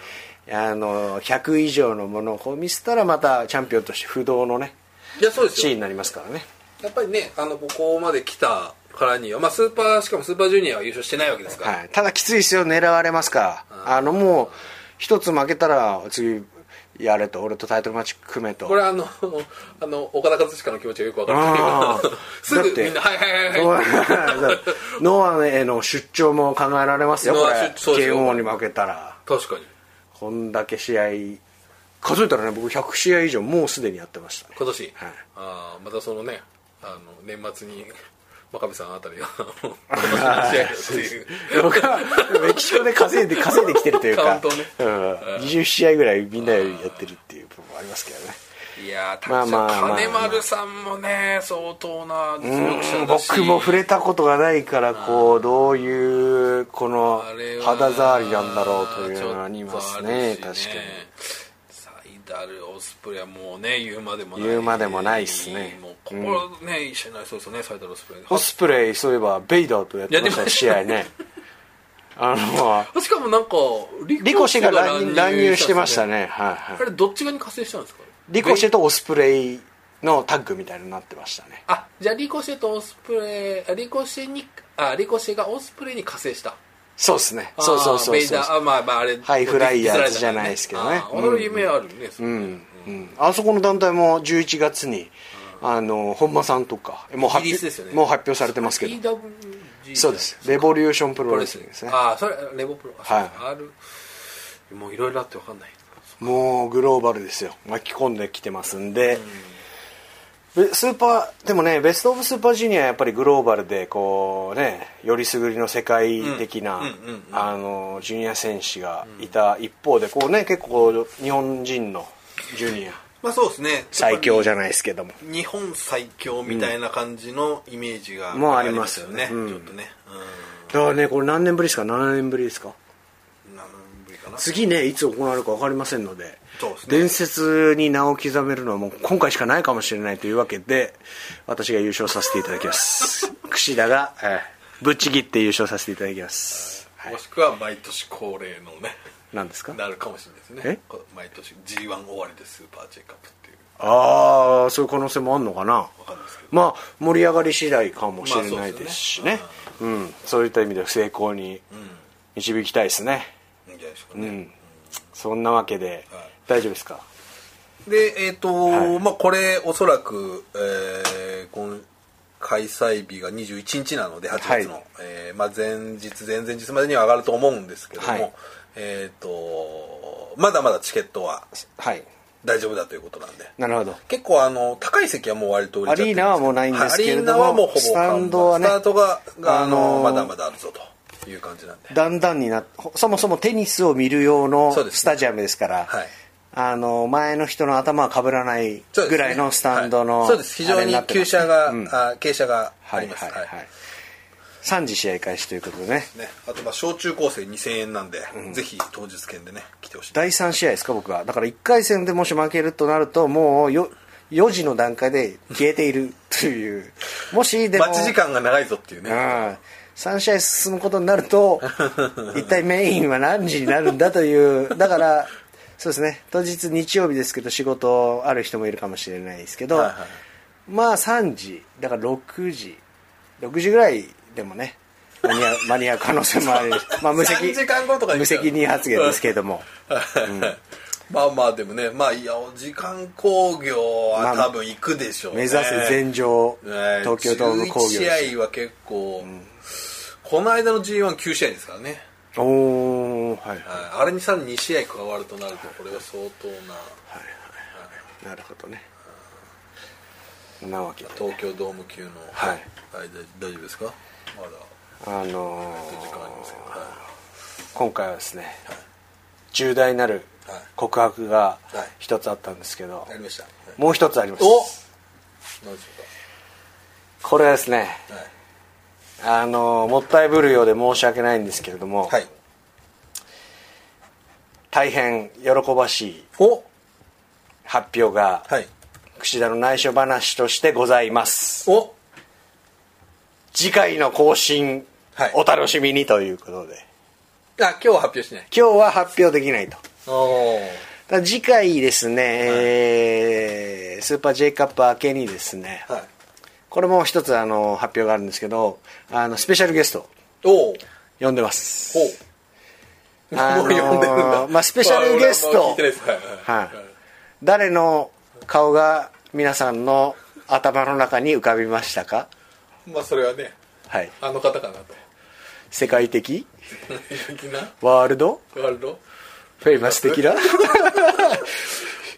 [SPEAKER 2] あの100以上のものをこう見せたらまたチャンピオンとして不動のね
[SPEAKER 1] いやそうです
[SPEAKER 2] 地位
[SPEAKER 1] よ
[SPEAKER 2] になりますからね
[SPEAKER 1] やっぱりねあのここまで来たからには、まあ、スーパーしかもスーパージュニアは優勝してないわけですから、
[SPEAKER 2] はい、ただきついですよ狙われますからあのもう一つ負けたら次やれと俺とタイトルマッチ組めと
[SPEAKER 1] これはあの <laughs> あの岡田和親の気持ちがよく分かる
[SPEAKER 2] あー
[SPEAKER 1] すぐ
[SPEAKER 2] だって
[SPEAKER 1] みんな「はいはいはい
[SPEAKER 2] ノ
[SPEAKER 1] はい」
[SPEAKER 2] <laughs> アへの出張も考えられますよこ
[SPEAKER 1] ノア
[SPEAKER 2] れ
[SPEAKER 1] 出そうですよ
[SPEAKER 2] KO に負けたら
[SPEAKER 1] 確かに
[SPEAKER 2] こんだけ試合数えたらね僕100試合以上もうすでにやってましたね
[SPEAKER 1] 今年、
[SPEAKER 2] はい
[SPEAKER 1] あーまたそのねあの年末に真壁さんあたりが今年の試合だって <laughs> いう
[SPEAKER 2] 僕はメキシコで稼いで稼いできてるというか
[SPEAKER 1] カウントね
[SPEAKER 2] うん、20試合ぐらいみんなよりやってるっていう部分もありますけどね
[SPEAKER 1] いやー、
[SPEAKER 2] まあまあ
[SPEAKER 1] 確かに金
[SPEAKER 2] まあまあ
[SPEAKER 1] 丸さんもね、相当な実力者だし、
[SPEAKER 2] 僕も触れたことがないからこうどういうこの
[SPEAKER 1] あれは
[SPEAKER 2] 肌触りなんだろうというのはありますね
[SPEAKER 1] ちょっとあ
[SPEAKER 2] 確
[SPEAKER 1] るし
[SPEAKER 2] か
[SPEAKER 1] サイダルオスプレイはもうね言うまでもない
[SPEAKER 2] 言うまでもないっすね
[SPEAKER 1] もうここね、一緒になりそうですよねサイダルオスプレイ
[SPEAKER 2] にオスプレイそういえばベイダーとやってました
[SPEAKER 1] やってま
[SPEAKER 2] ね
[SPEAKER 1] した
[SPEAKER 2] 試合
[SPEAKER 1] <laughs>
[SPEAKER 2] ねあの
[SPEAKER 1] しかもなんか
[SPEAKER 2] リコシェが乱入乱入してました
[SPEAKER 1] ね
[SPEAKER 2] ねはいはい
[SPEAKER 1] あれどっち側に加勢したんですか
[SPEAKER 2] リコシェとオスプレイのタッグみたいになってましたね
[SPEAKER 1] あじゃあリコシェとオスプレイあリコシェにあリコシェがオスプレイに加勢した
[SPEAKER 2] そうですねそうそうそうそう
[SPEAKER 1] あーベイダーあまあまああれ
[SPEAKER 2] ハイフライヤーズじゃないですけどね
[SPEAKER 1] あー俺の夢あるね、それね
[SPEAKER 2] うんあそこの団体も11月に、あの本間さんとかもう発
[SPEAKER 1] イギ
[SPEAKER 2] 表
[SPEAKER 1] リスですよね
[SPEAKER 2] もう発表されてますけど
[SPEAKER 1] EWG
[SPEAKER 2] そうですレボリューションプ
[SPEAKER 1] プ
[SPEAKER 2] ロ
[SPEAKER 1] ロ
[SPEAKER 2] レ
[SPEAKER 1] レ
[SPEAKER 2] ス
[SPEAKER 1] ス
[SPEAKER 2] リン
[SPEAKER 1] リ
[SPEAKER 2] グで
[SPEAKER 1] ングですす
[SPEAKER 2] ね
[SPEAKER 1] ねああそれレボプロ
[SPEAKER 2] はい
[SPEAKER 1] ああるもういろいろあって分かんない
[SPEAKER 2] もうグローバルですよ巻き込んできてますんで、べスーパーでもねベスト・オブ・スーパージュニアはやっぱりグローバルでこうねよりすぐりの世界的な、
[SPEAKER 1] うんうんうんうん
[SPEAKER 2] あのジュニア選手がいた一方でこうね結構日本人のジュニア
[SPEAKER 1] まあそうですね
[SPEAKER 2] 最強じゃないですけども
[SPEAKER 1] 日本最強みたいな感じのイメージが、
[SPEAKER 2] うんもうありますよね
[SPEAKER 1] ありま
[SPEAKER 2] うん
[SPEAKER 1] ちょっとね、
[SPEAKER 2] だからねこれ何年ぶりですか7年ぶりですか
[SPEAKER 1] うん、何年ぶりかな
[SPEAKER 2] 次ねいつ行われるか分かりませんので
[SPEAKER 1] そうですね
[SPEAKER 2] 伝説に名を刻めるのはもう今回しかない
[SPEAKER 1] <laughs>
[SPEAKER 2] かもしれないというわけで私が優勝させていただきます櫛田が、えぶっちぎって優勝させていただきます、はい
[SPEAKER 1] もしくは毎年恒例のね <laughs>
[SPEAKER 2] 何ですか
[SPEAKER 1] なるかもしれないですね
[SPEAKER 2] え
[SPEAKER 1] こ毎年 g 1終わりでスーパーチェイカップっていう
[SPEAKER 2] ああそういう可能性もあるのかな
[SPEAKER 1] わかんないですけど
[SPEAKER 2] まあ盛り上がり次第かもしれないですしね,、
[SPEAKER 1] まあ
[SPEAKER 2] うんそういった意味では成功に導きたいですね、
[SPEAKER 1] うんいいんじゃないですかね、
[SPEAKER 2] うんそんなわけで、
[SPEAKER 1] はい
[SPEAKER 2] 大丈夫ですか
[SPEAKER 1] でえっ、と、
[SPEAKER 2] はい
[SPEAKER 1] まあこれおそらく、えー今開催日が21日なので8月の、
[SPEAKER 2] はい
[SPEAKER 1] えーまあ、前日前々日までには上がると思うんですけども、
[SPEAKER 2] はい
[SPEAKER 1] えっ、とまだまだチケットは
[SPEAKER 2] はい
[SPEAKER 1] 大丈夫だということなんで
[SPEAKER 2] なるほど
[SPEAKER 1] 結構あの高い席はもう割と売れちゃってる
[SPEAKER 2] アリーナはもうないんですけれども
[SPEAKER 1] はいアリーナはもうほぼ
[SPEAKER 2] スタンドはね
[SPEAKER 1] スタートがが
[SPEAKER 2] あ
[SPEAKER 1] あの、
[SPEAKER 2] のー
[SPEAKER 1] まだまだあるぞという感じなんで
[SPEAKER 2] だんだんになっそもそもテニスを見る用の
[SPEAKER 1] そうですね
[SPEAKER 2] スタジアムですから
[SPEAKER 1] はい
[SPEAKER 2] あの前の人の頭はかぶらない
[SPEAKER 1] そうです
[SPEAKER 2] ぐ
[SPEAKER 1] ね
[SPEAKER 2] らいのスタンドの、
[SPEAKER 1] はいそうです非
[SPEAKER 2] あ
[SPEAKER 1] 常
[SPEAKER 2] れ
[SPEAKER 1] に
[SPEAKER 2] なって
[SPEAKER 1] 傾
[SPEAKER 2] ますね
[SPEAKER 1] 斜が、
[SPEAKER 2] うん
[SPEAKER 1] あ傾斜があ
[SPEAKER 2] は
[SPEAKER 1] り
[SPEAKER 2] い
[SPEAKER 1] ます、
[SPEAKER 2] はいはい、
[SPEAKER 1] はい
[SPEAKER 2] 3時試合開始ということでね
[SPEAKER 1] ね、あとまあ小中高生2000円なんで、ぜひ当日券でね来てほしい
[SPEAKER 2] 第3試合ですか僕はだから1回戦でもし負けるとなるともうよ4時の段階で消えているというもしでも
[SPEAKER 1] 待ち時間が長いぞっていう
[SPEAKER 2] う
[SPEAKER 1] ね、
[SPEAKER 2] ん3試合進むことになる
[SPEAKER 1] <laughs>
[SPEAKER 2] と一体メインは何時になるんだというだからそうですね当日日曜日ですけど仕事ある人もいるかもしれないですけど、
[SPEAKER 1] はいはい
[SPEAKER 2] まあ3時だから6時6時ぐらいでもね間
[SPEAKER 1] <laughs>
[SPEAKER 2] に合う間に合う可能性もあるし、まあ、無責
[SPEAKER 1] 3時間後とかに
[SPEAKER 2] 無責任発言ですけれども
[SPEAKER 1] まあまあでもねまあいや時間工業は多分行くでしょうね、
[SPEAKER 2] 目指せ全場、
[SPEAKER 1] ね
[SPEAKER 2] 東京ドーム工業です
[SPEAKER 1] 11試合は結構、この間の g 1 9試合ですからね
[SPEAKER 2] おおはいは
[SPEAKER 1] は
[SPEAKER 2] い
[SPEAKER 1] あれにさらに2試合加わるとなるとこれは相当ない
[SPEAKER 2] なるほどねなわけで
[SPEAKER 1] 東京ドーム級の、
[SPEAKER 2] はい
[SPEAKER 1] はい、大大丈夫ですかまだ
[SPEAKER 2] あのー
[SPEAKER 1] 時間ありますけど、はい
[SPEAKER 2] 今回はですね、重大なる告白が
[SPEAKER 1] はい
[SPEAKER 2] 一つあったんですけど、
[SPEAKER 1] ありました、はい
[SPEAKER 2] もう一つあります
[SPEAKER 1] お何でしょ
[SPEAKER 2] これはですね
[SPEAKER 1] うかはい
[SPEAKER 2] あのーもったいぶるようで申し訳ないんですけれども、
[SPEAKER 1] はい。
[SPEAKER 2] 大変喜ばしい
[SPEAKER 1] お
[SPEAKER 2] 発表が、
[SPEAKER 1] はい。
[SPEAKER 2] 櫛田の内緒話としてございます
[SPEAKER 1] お
[SPEAKER 2] 次回の更新、
[SPEAKER 1] はい
[SPEAKER 2] お楽しみにということで
[SPEAKER 1] あ、今日は発表しない。
[SPEAKER 2] 今日は発表できないと
[SPEAKER 1] おお。
[SPEAKER 2] ただ次回ですね、えースーパー J カップ明けにですね、
[SPEAKER 1] はい。
[SPEAKER 2] これも一つあの発表があるんですけどあのスペシャルゲスト
[SPEAKER 1] おお。
[SPEAKER 2] 呼んでます
[SPEAKER 1] ほう。
[SPEAKER 2] あのー
[SPEAKER 1] <laughs> もう呼んでるんだ。
[SPEAKER 2] まあスペシャルゲスト
[SPEAKER 1] まあ俺はもう聞いてないですはい。
[SPEAKER 2] はい誰の顔が皆さんの頭の中に浮かびましたか
[SPEAKER 1] い。まあそれはね、
[SPEAKER 2] はい
[SPEAKER 1] あの方かなと。 <laughs>
[SPEAKER 2] 世界的
[SPEAKER 1] 的な。
[SPEAKER 2] ワールド
[SPEAKER 1] ワールド
[SPEAKER 2] フェイマス的
[SPEAKER 1] <laughs>
[SPEAKER 2] な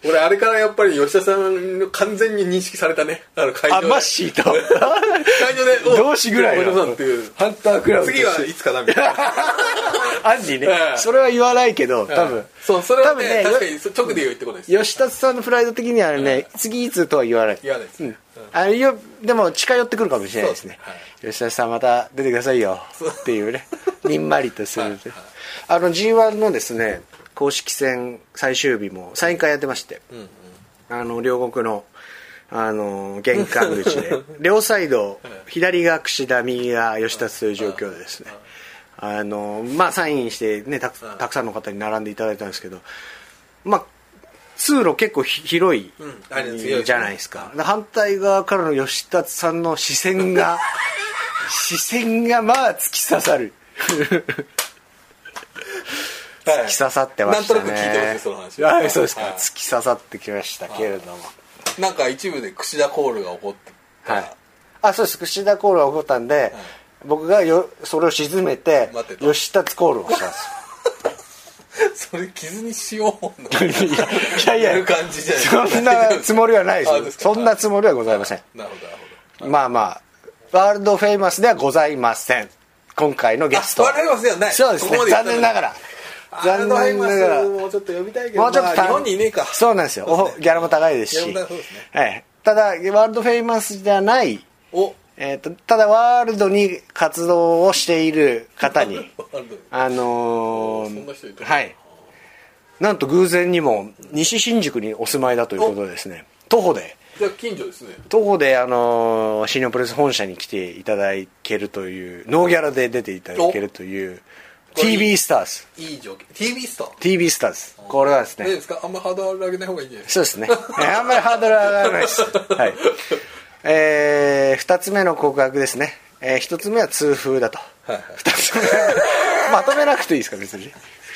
[SPEAKER 1] 俺あれからやっぱり吉田さんの完全に認識されたね。あの会場
[SPEAKER 2] あ
[SPEAKER 1] で。
[SPEAKER 2] マッシーと
[SPEAKER 1] 会場で。お
[SPEAKER 2] 同志ぐらい
[SPEAKER 1] 吉
[SPEAKER 2] の
[SPEAKER 1] 田さんっていう。
[SPEAKER 2] ハンタークラブとして
[SPEAKER 1] 次はいつかなみたいな。
[SPEAKER 2] <laughs> アンディね
[SPEAKER 1] はい
[SPEAKER 2] それは言わないけど多分
[SPEAKER 1] そう、それは
[SPEAKER 2] 多分
[SPEAKER 1] ね、確か
[SPEAKER 2] よ
[SPEAKER 1] にそう直で言うってことです。
[SPEAKER 2] 吉達さんのプライド的にはね次いつとは言わない
[SPEAKER 1] 言わないですね
[SPEAKER 2] うんあのよでも近寄ってくるかもしれないですね
[SPEAKER 1] そうで
[SPEAKER 2] 吉田さんまた出てくださいよっていうねにんまりとするねあの g 1のですね公式戦最終日もサイン会やってまして、あの両国のあの玄関口
[SPEAKER 1] <laughs>
[SPEAKER 2] で両サイド左が櫛田右が吉田という状況でですねあのまあサインしてねたくたくさんの方に並んでいただいたんですけどまあ通路結構ひ広い
[SPEAKER 1] んあれ強い
[SPEAKER 2] じゃないですか、で反対側からの吉田さんの視線
[SPEAKER 1] <laughs>
[SPEAKER 2] が視線がまあ突き刺さる <laughs>
[SPEAKER 1] 突
[SPEAKER 2] 突き刺さってましたね
[SPEAKER 1] なんとなく聞いてますね、その話。
[SPEAKER 2] はいそうですか、
[SPEAKER 1] はい
[SPEAKER 2] 突き刺さってきましたけれども、
[SPEAKER 1] なんか一部で櫛田コールが起こってた
[SPEAKER 2] はい、あそうです櫛田コールが起こったんで、僕がよそれを沈めて
[SPEAKER 1] 待ってと
[SPEAKER 2] 吉田コールをしたんですよ
[SPEAKER 1] それ傷にしようの
[SPEAKER 2] <laughs>
[SPEAKER 1] <laughs>
[SPEAKER 2] いやいや
[SPEAKER 1] やる感じじゃない
[SPEAKER 2] そんなつもりはないで
[SPEAKER 1] あ
[SPEAKER 2] す
[SPEAKER 1] ですか
[SPEAKER 2] そんなつもりはございません
[SPEAKER 1] なるほどなる
[SPEAKER 2] まあまあワールドフェイマスではございません今回のゲスト
[SPEAKER 1] あワールドフェイマスで
[SPEAKER 2] そ
[SPEAKER 1] はない
[SPEAKER 2] うです
[SPEAKER 1] ここま
[SPEAKER 2] ね
[SPEAKER 1] で言
[SPEAKER 2] 残
[SPEAKER 1] ったのに
[SPEAKER 2] 念ながら
[SPEAKER 1] ほど
[SPEAKER 2] 残念ながら
[SPEAKER 1] アルドハイマスもうちょっと呼びたいけど
[SPEAKER 2] もうちょっと
[SPEAKER 1] まあ
[SPEAKER 2] た
[SPEAKER 1] 日本にいねえか
[SPEAKER 2] そうなんですよ
[SPEAKER 1] そうですね
[SPEAKER 2] おギャラも高いですし
[SPEAKER 1] ギャラも高いそうです
[SPEAKER 2] ええただワールドフェイマスじゃない
[SPEAKER 1] お
[SPEAKER 2] えー、とただワールドに活動をしている方
[SPEAKER 1] <laughs>
[SPEAKER 2] に
[SPEAKER 1] ワールド
[SPEAKER 2] あのー
[SPEAKER 1] そんな人いたの
[SPEAKER 2] はいなんと偶然にも西新宿にお住まいだということでですね徒歩で
[SPEAKER 1] じゃあ近所ですね
[SPEAKER 2] 徒歩で、あのー新日本プロレス本社に来ていただけるというノーギャラで出ていただけるという
[SPEAKER 1] お
[SPEAKER 2] TV スターズ
[SPEAKER 1] いい条件 TV スター
[SPEAKER 2] TV スターズこれはです
[SPEAKER 1] 大丈夫
[SPEAKER 2] ね
[SPEAKER 1] ですかあんまハードル上げない方がいいんじゃないですか
[SPEAKER 2] そうですねあんまりハードル上がらない
[SPEAKER 1] <laughs>
[SPEAKER 2] ですはいえー、2つ目の告白ですね、え1つ目は痛風だと、
[SPEAKER 1] はいはい
[SPEAKER 2] 2つ目まとめなくていいですか別に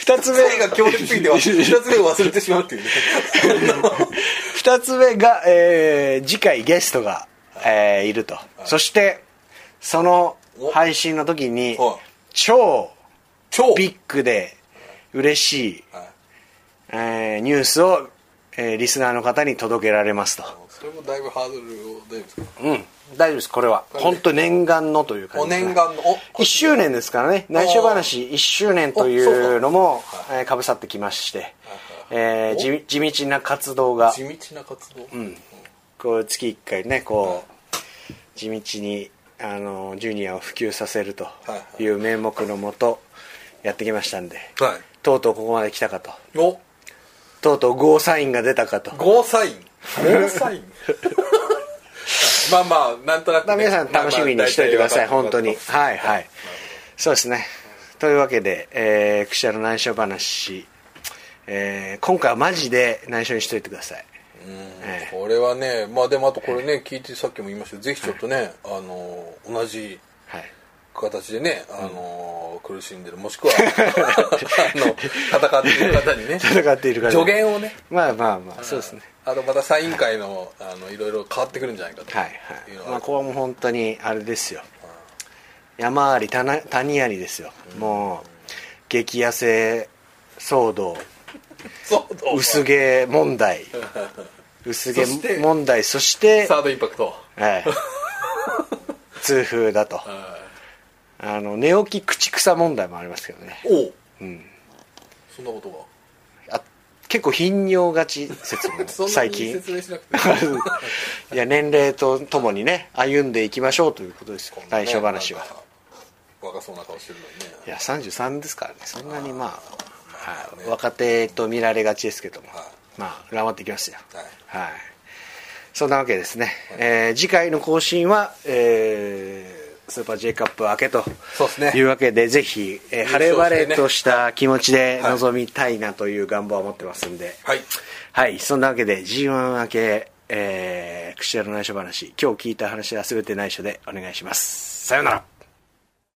[SPEAKER 2] 2つ目
[SPEAKER 1] 声が強烈すぎては2つ目を忘れてしまうっ
[SPEAKER 2] <laughs>
[SPEAKER 1] ていうね
[SPEAKER 2] 2つ目が、えー次回ゲストが、えーいると、そしてその
[SPEAKER 1] お
[SPEAKER 2] 配信の時に
[SPEAKER 1] はい
[SPEAKER 2] 超
[SPEAKER 1] 超
[SPEAKER 2] ビッグで嬉しい、
[SPEAKER 1] はい
[SPEAKER 2] えーニュースを、えーリスナーの方に届けられますと
[SPEAKER 1] それもだいぶハードルを大丈夫ですか
[SPEAKER 2] うん大丈夫ですこれは
[SPEAKER 1] れで
[SPEAKER 2] 本当念願のという感
[SPEAKER 1] お
[SPEAKER 2] じですね
[SPEAKER 1] 念願のお
[SPEAKER 2] 1周年ですからね内緒話1周年というのもえーかぶさってきまして、えー地地道な活動が
[SPEAKER 1] 地道な活動、
[SPEAKER 2] こう月1回ねこう地道にあのジュニアを普及させるという名目のもとやってきましたんで
[SPEAKER 1] はい
[SPEAKER 2] とうとうここまで来たかと
[SPEAKER 1] お
[SPEAKER 2] とうとうゴーサインが出たかと
[SPEAKER 1] ゴーサインゴーサイン <laughs> まあまあなんとなく
[SPEAKER 2] ま
[SPEAKER 1] ね、
[SPEAKER 2] あ皆さん楽しみにしておいてください、
[SPEAKER 1] まあまあ
[SPEAKER 2] 本当に
[SPEAKER 1] 大体
[SPEAKER 2] はいはいそうですねというわけで、えー、クシャの内緒話、えー今回はマジで内緒にしておいてくださいえ
[SPEAKER 1] これはねまあでもあとこれね聞いてさっきも言いましたけどぜひちょっとね、あの同じ
[SPEAKER 2] はい
[SPEAKER 1] 形でね、あの苦しんでるもし
[SPEAKER 2] <laughs>
[SPEAKER 1] くはあの戦っている方にね
[SPEAKER 2] 戦っているから
[SPEAKER 1] 助言をね
[SPEAKER 2] まあまあまあそうですね
[SPEAKER 1] あとまたサイン会のあのいろいろ変わってくるんじゃないかと
[SPEAKER 2] はい
[SPEAKER 1] い
[SPEAKER 2] はいう
[SPEAKER 1] の
[SPEAKER 2] まあ
[SPEAKER 1] は
[SPEAKER 2] ここはもう本当にあれですよ山あり谷谷ありですよもう激痩せ騒動
[SPEAKER 1] そうどうも
[SPEAKER 2] 薄毛問
[SPEAKER 1] <laughs>
[SPEAKER 2] 題薄毛
[SPEAKER 1] そして
[SPEAKER 2] 問題そして
[SPEAKER 1] サードインパクト
[SPEAKER 2] はい痛風だとあの寝起き口臭問題もありますけどね
[SPEAKER 1] おお、そんなことが
[SPEAKER 2] あ結構頻尿がち説も
[SPEAKER 1] <laughs> そんな
[SPEAKER 2] 最
[SPEAKER 1] に
[SPEAKER 2] 近
[SPEAKER 1] 説明しなくて
[SPEAKER 2] <laughs> いや年齢とともにね歩んでいきましょうということですよ内緒話は
[SPEAKER 1] なんか若そうな顔してるのに
[SPEAKER 2] い
[SPEAKER 1] ね
[SPEAKER 2] や33ですからねそんなにまあはい
[SPEAKER 1] ね
[SPEAKER 2] 若手と見られがちですけども
[SPEAKER 1] は
[SPEAKER 2] まあ頑張っていきますよ
[SPEAKER 1] はい
[SPEAKER 2] はいそんなわけですねえー次回の更新はえースーパー J カップ明けと
[SPEAKER 1] そうですね
[SPEAKER 2] いうわけでぜひえー晴れ晴れとした気持ちで
[SPEAKER 1] はい
[SPEAKER 2] 臨みたいなという願望を持ってますんで
[SPEAKER 1] はい
[SPEAKER 2] はい、そんなわけで G1 明け、えー、クシアの内緒話、今日聞いた話は全て内緒でお願いします。さようなら。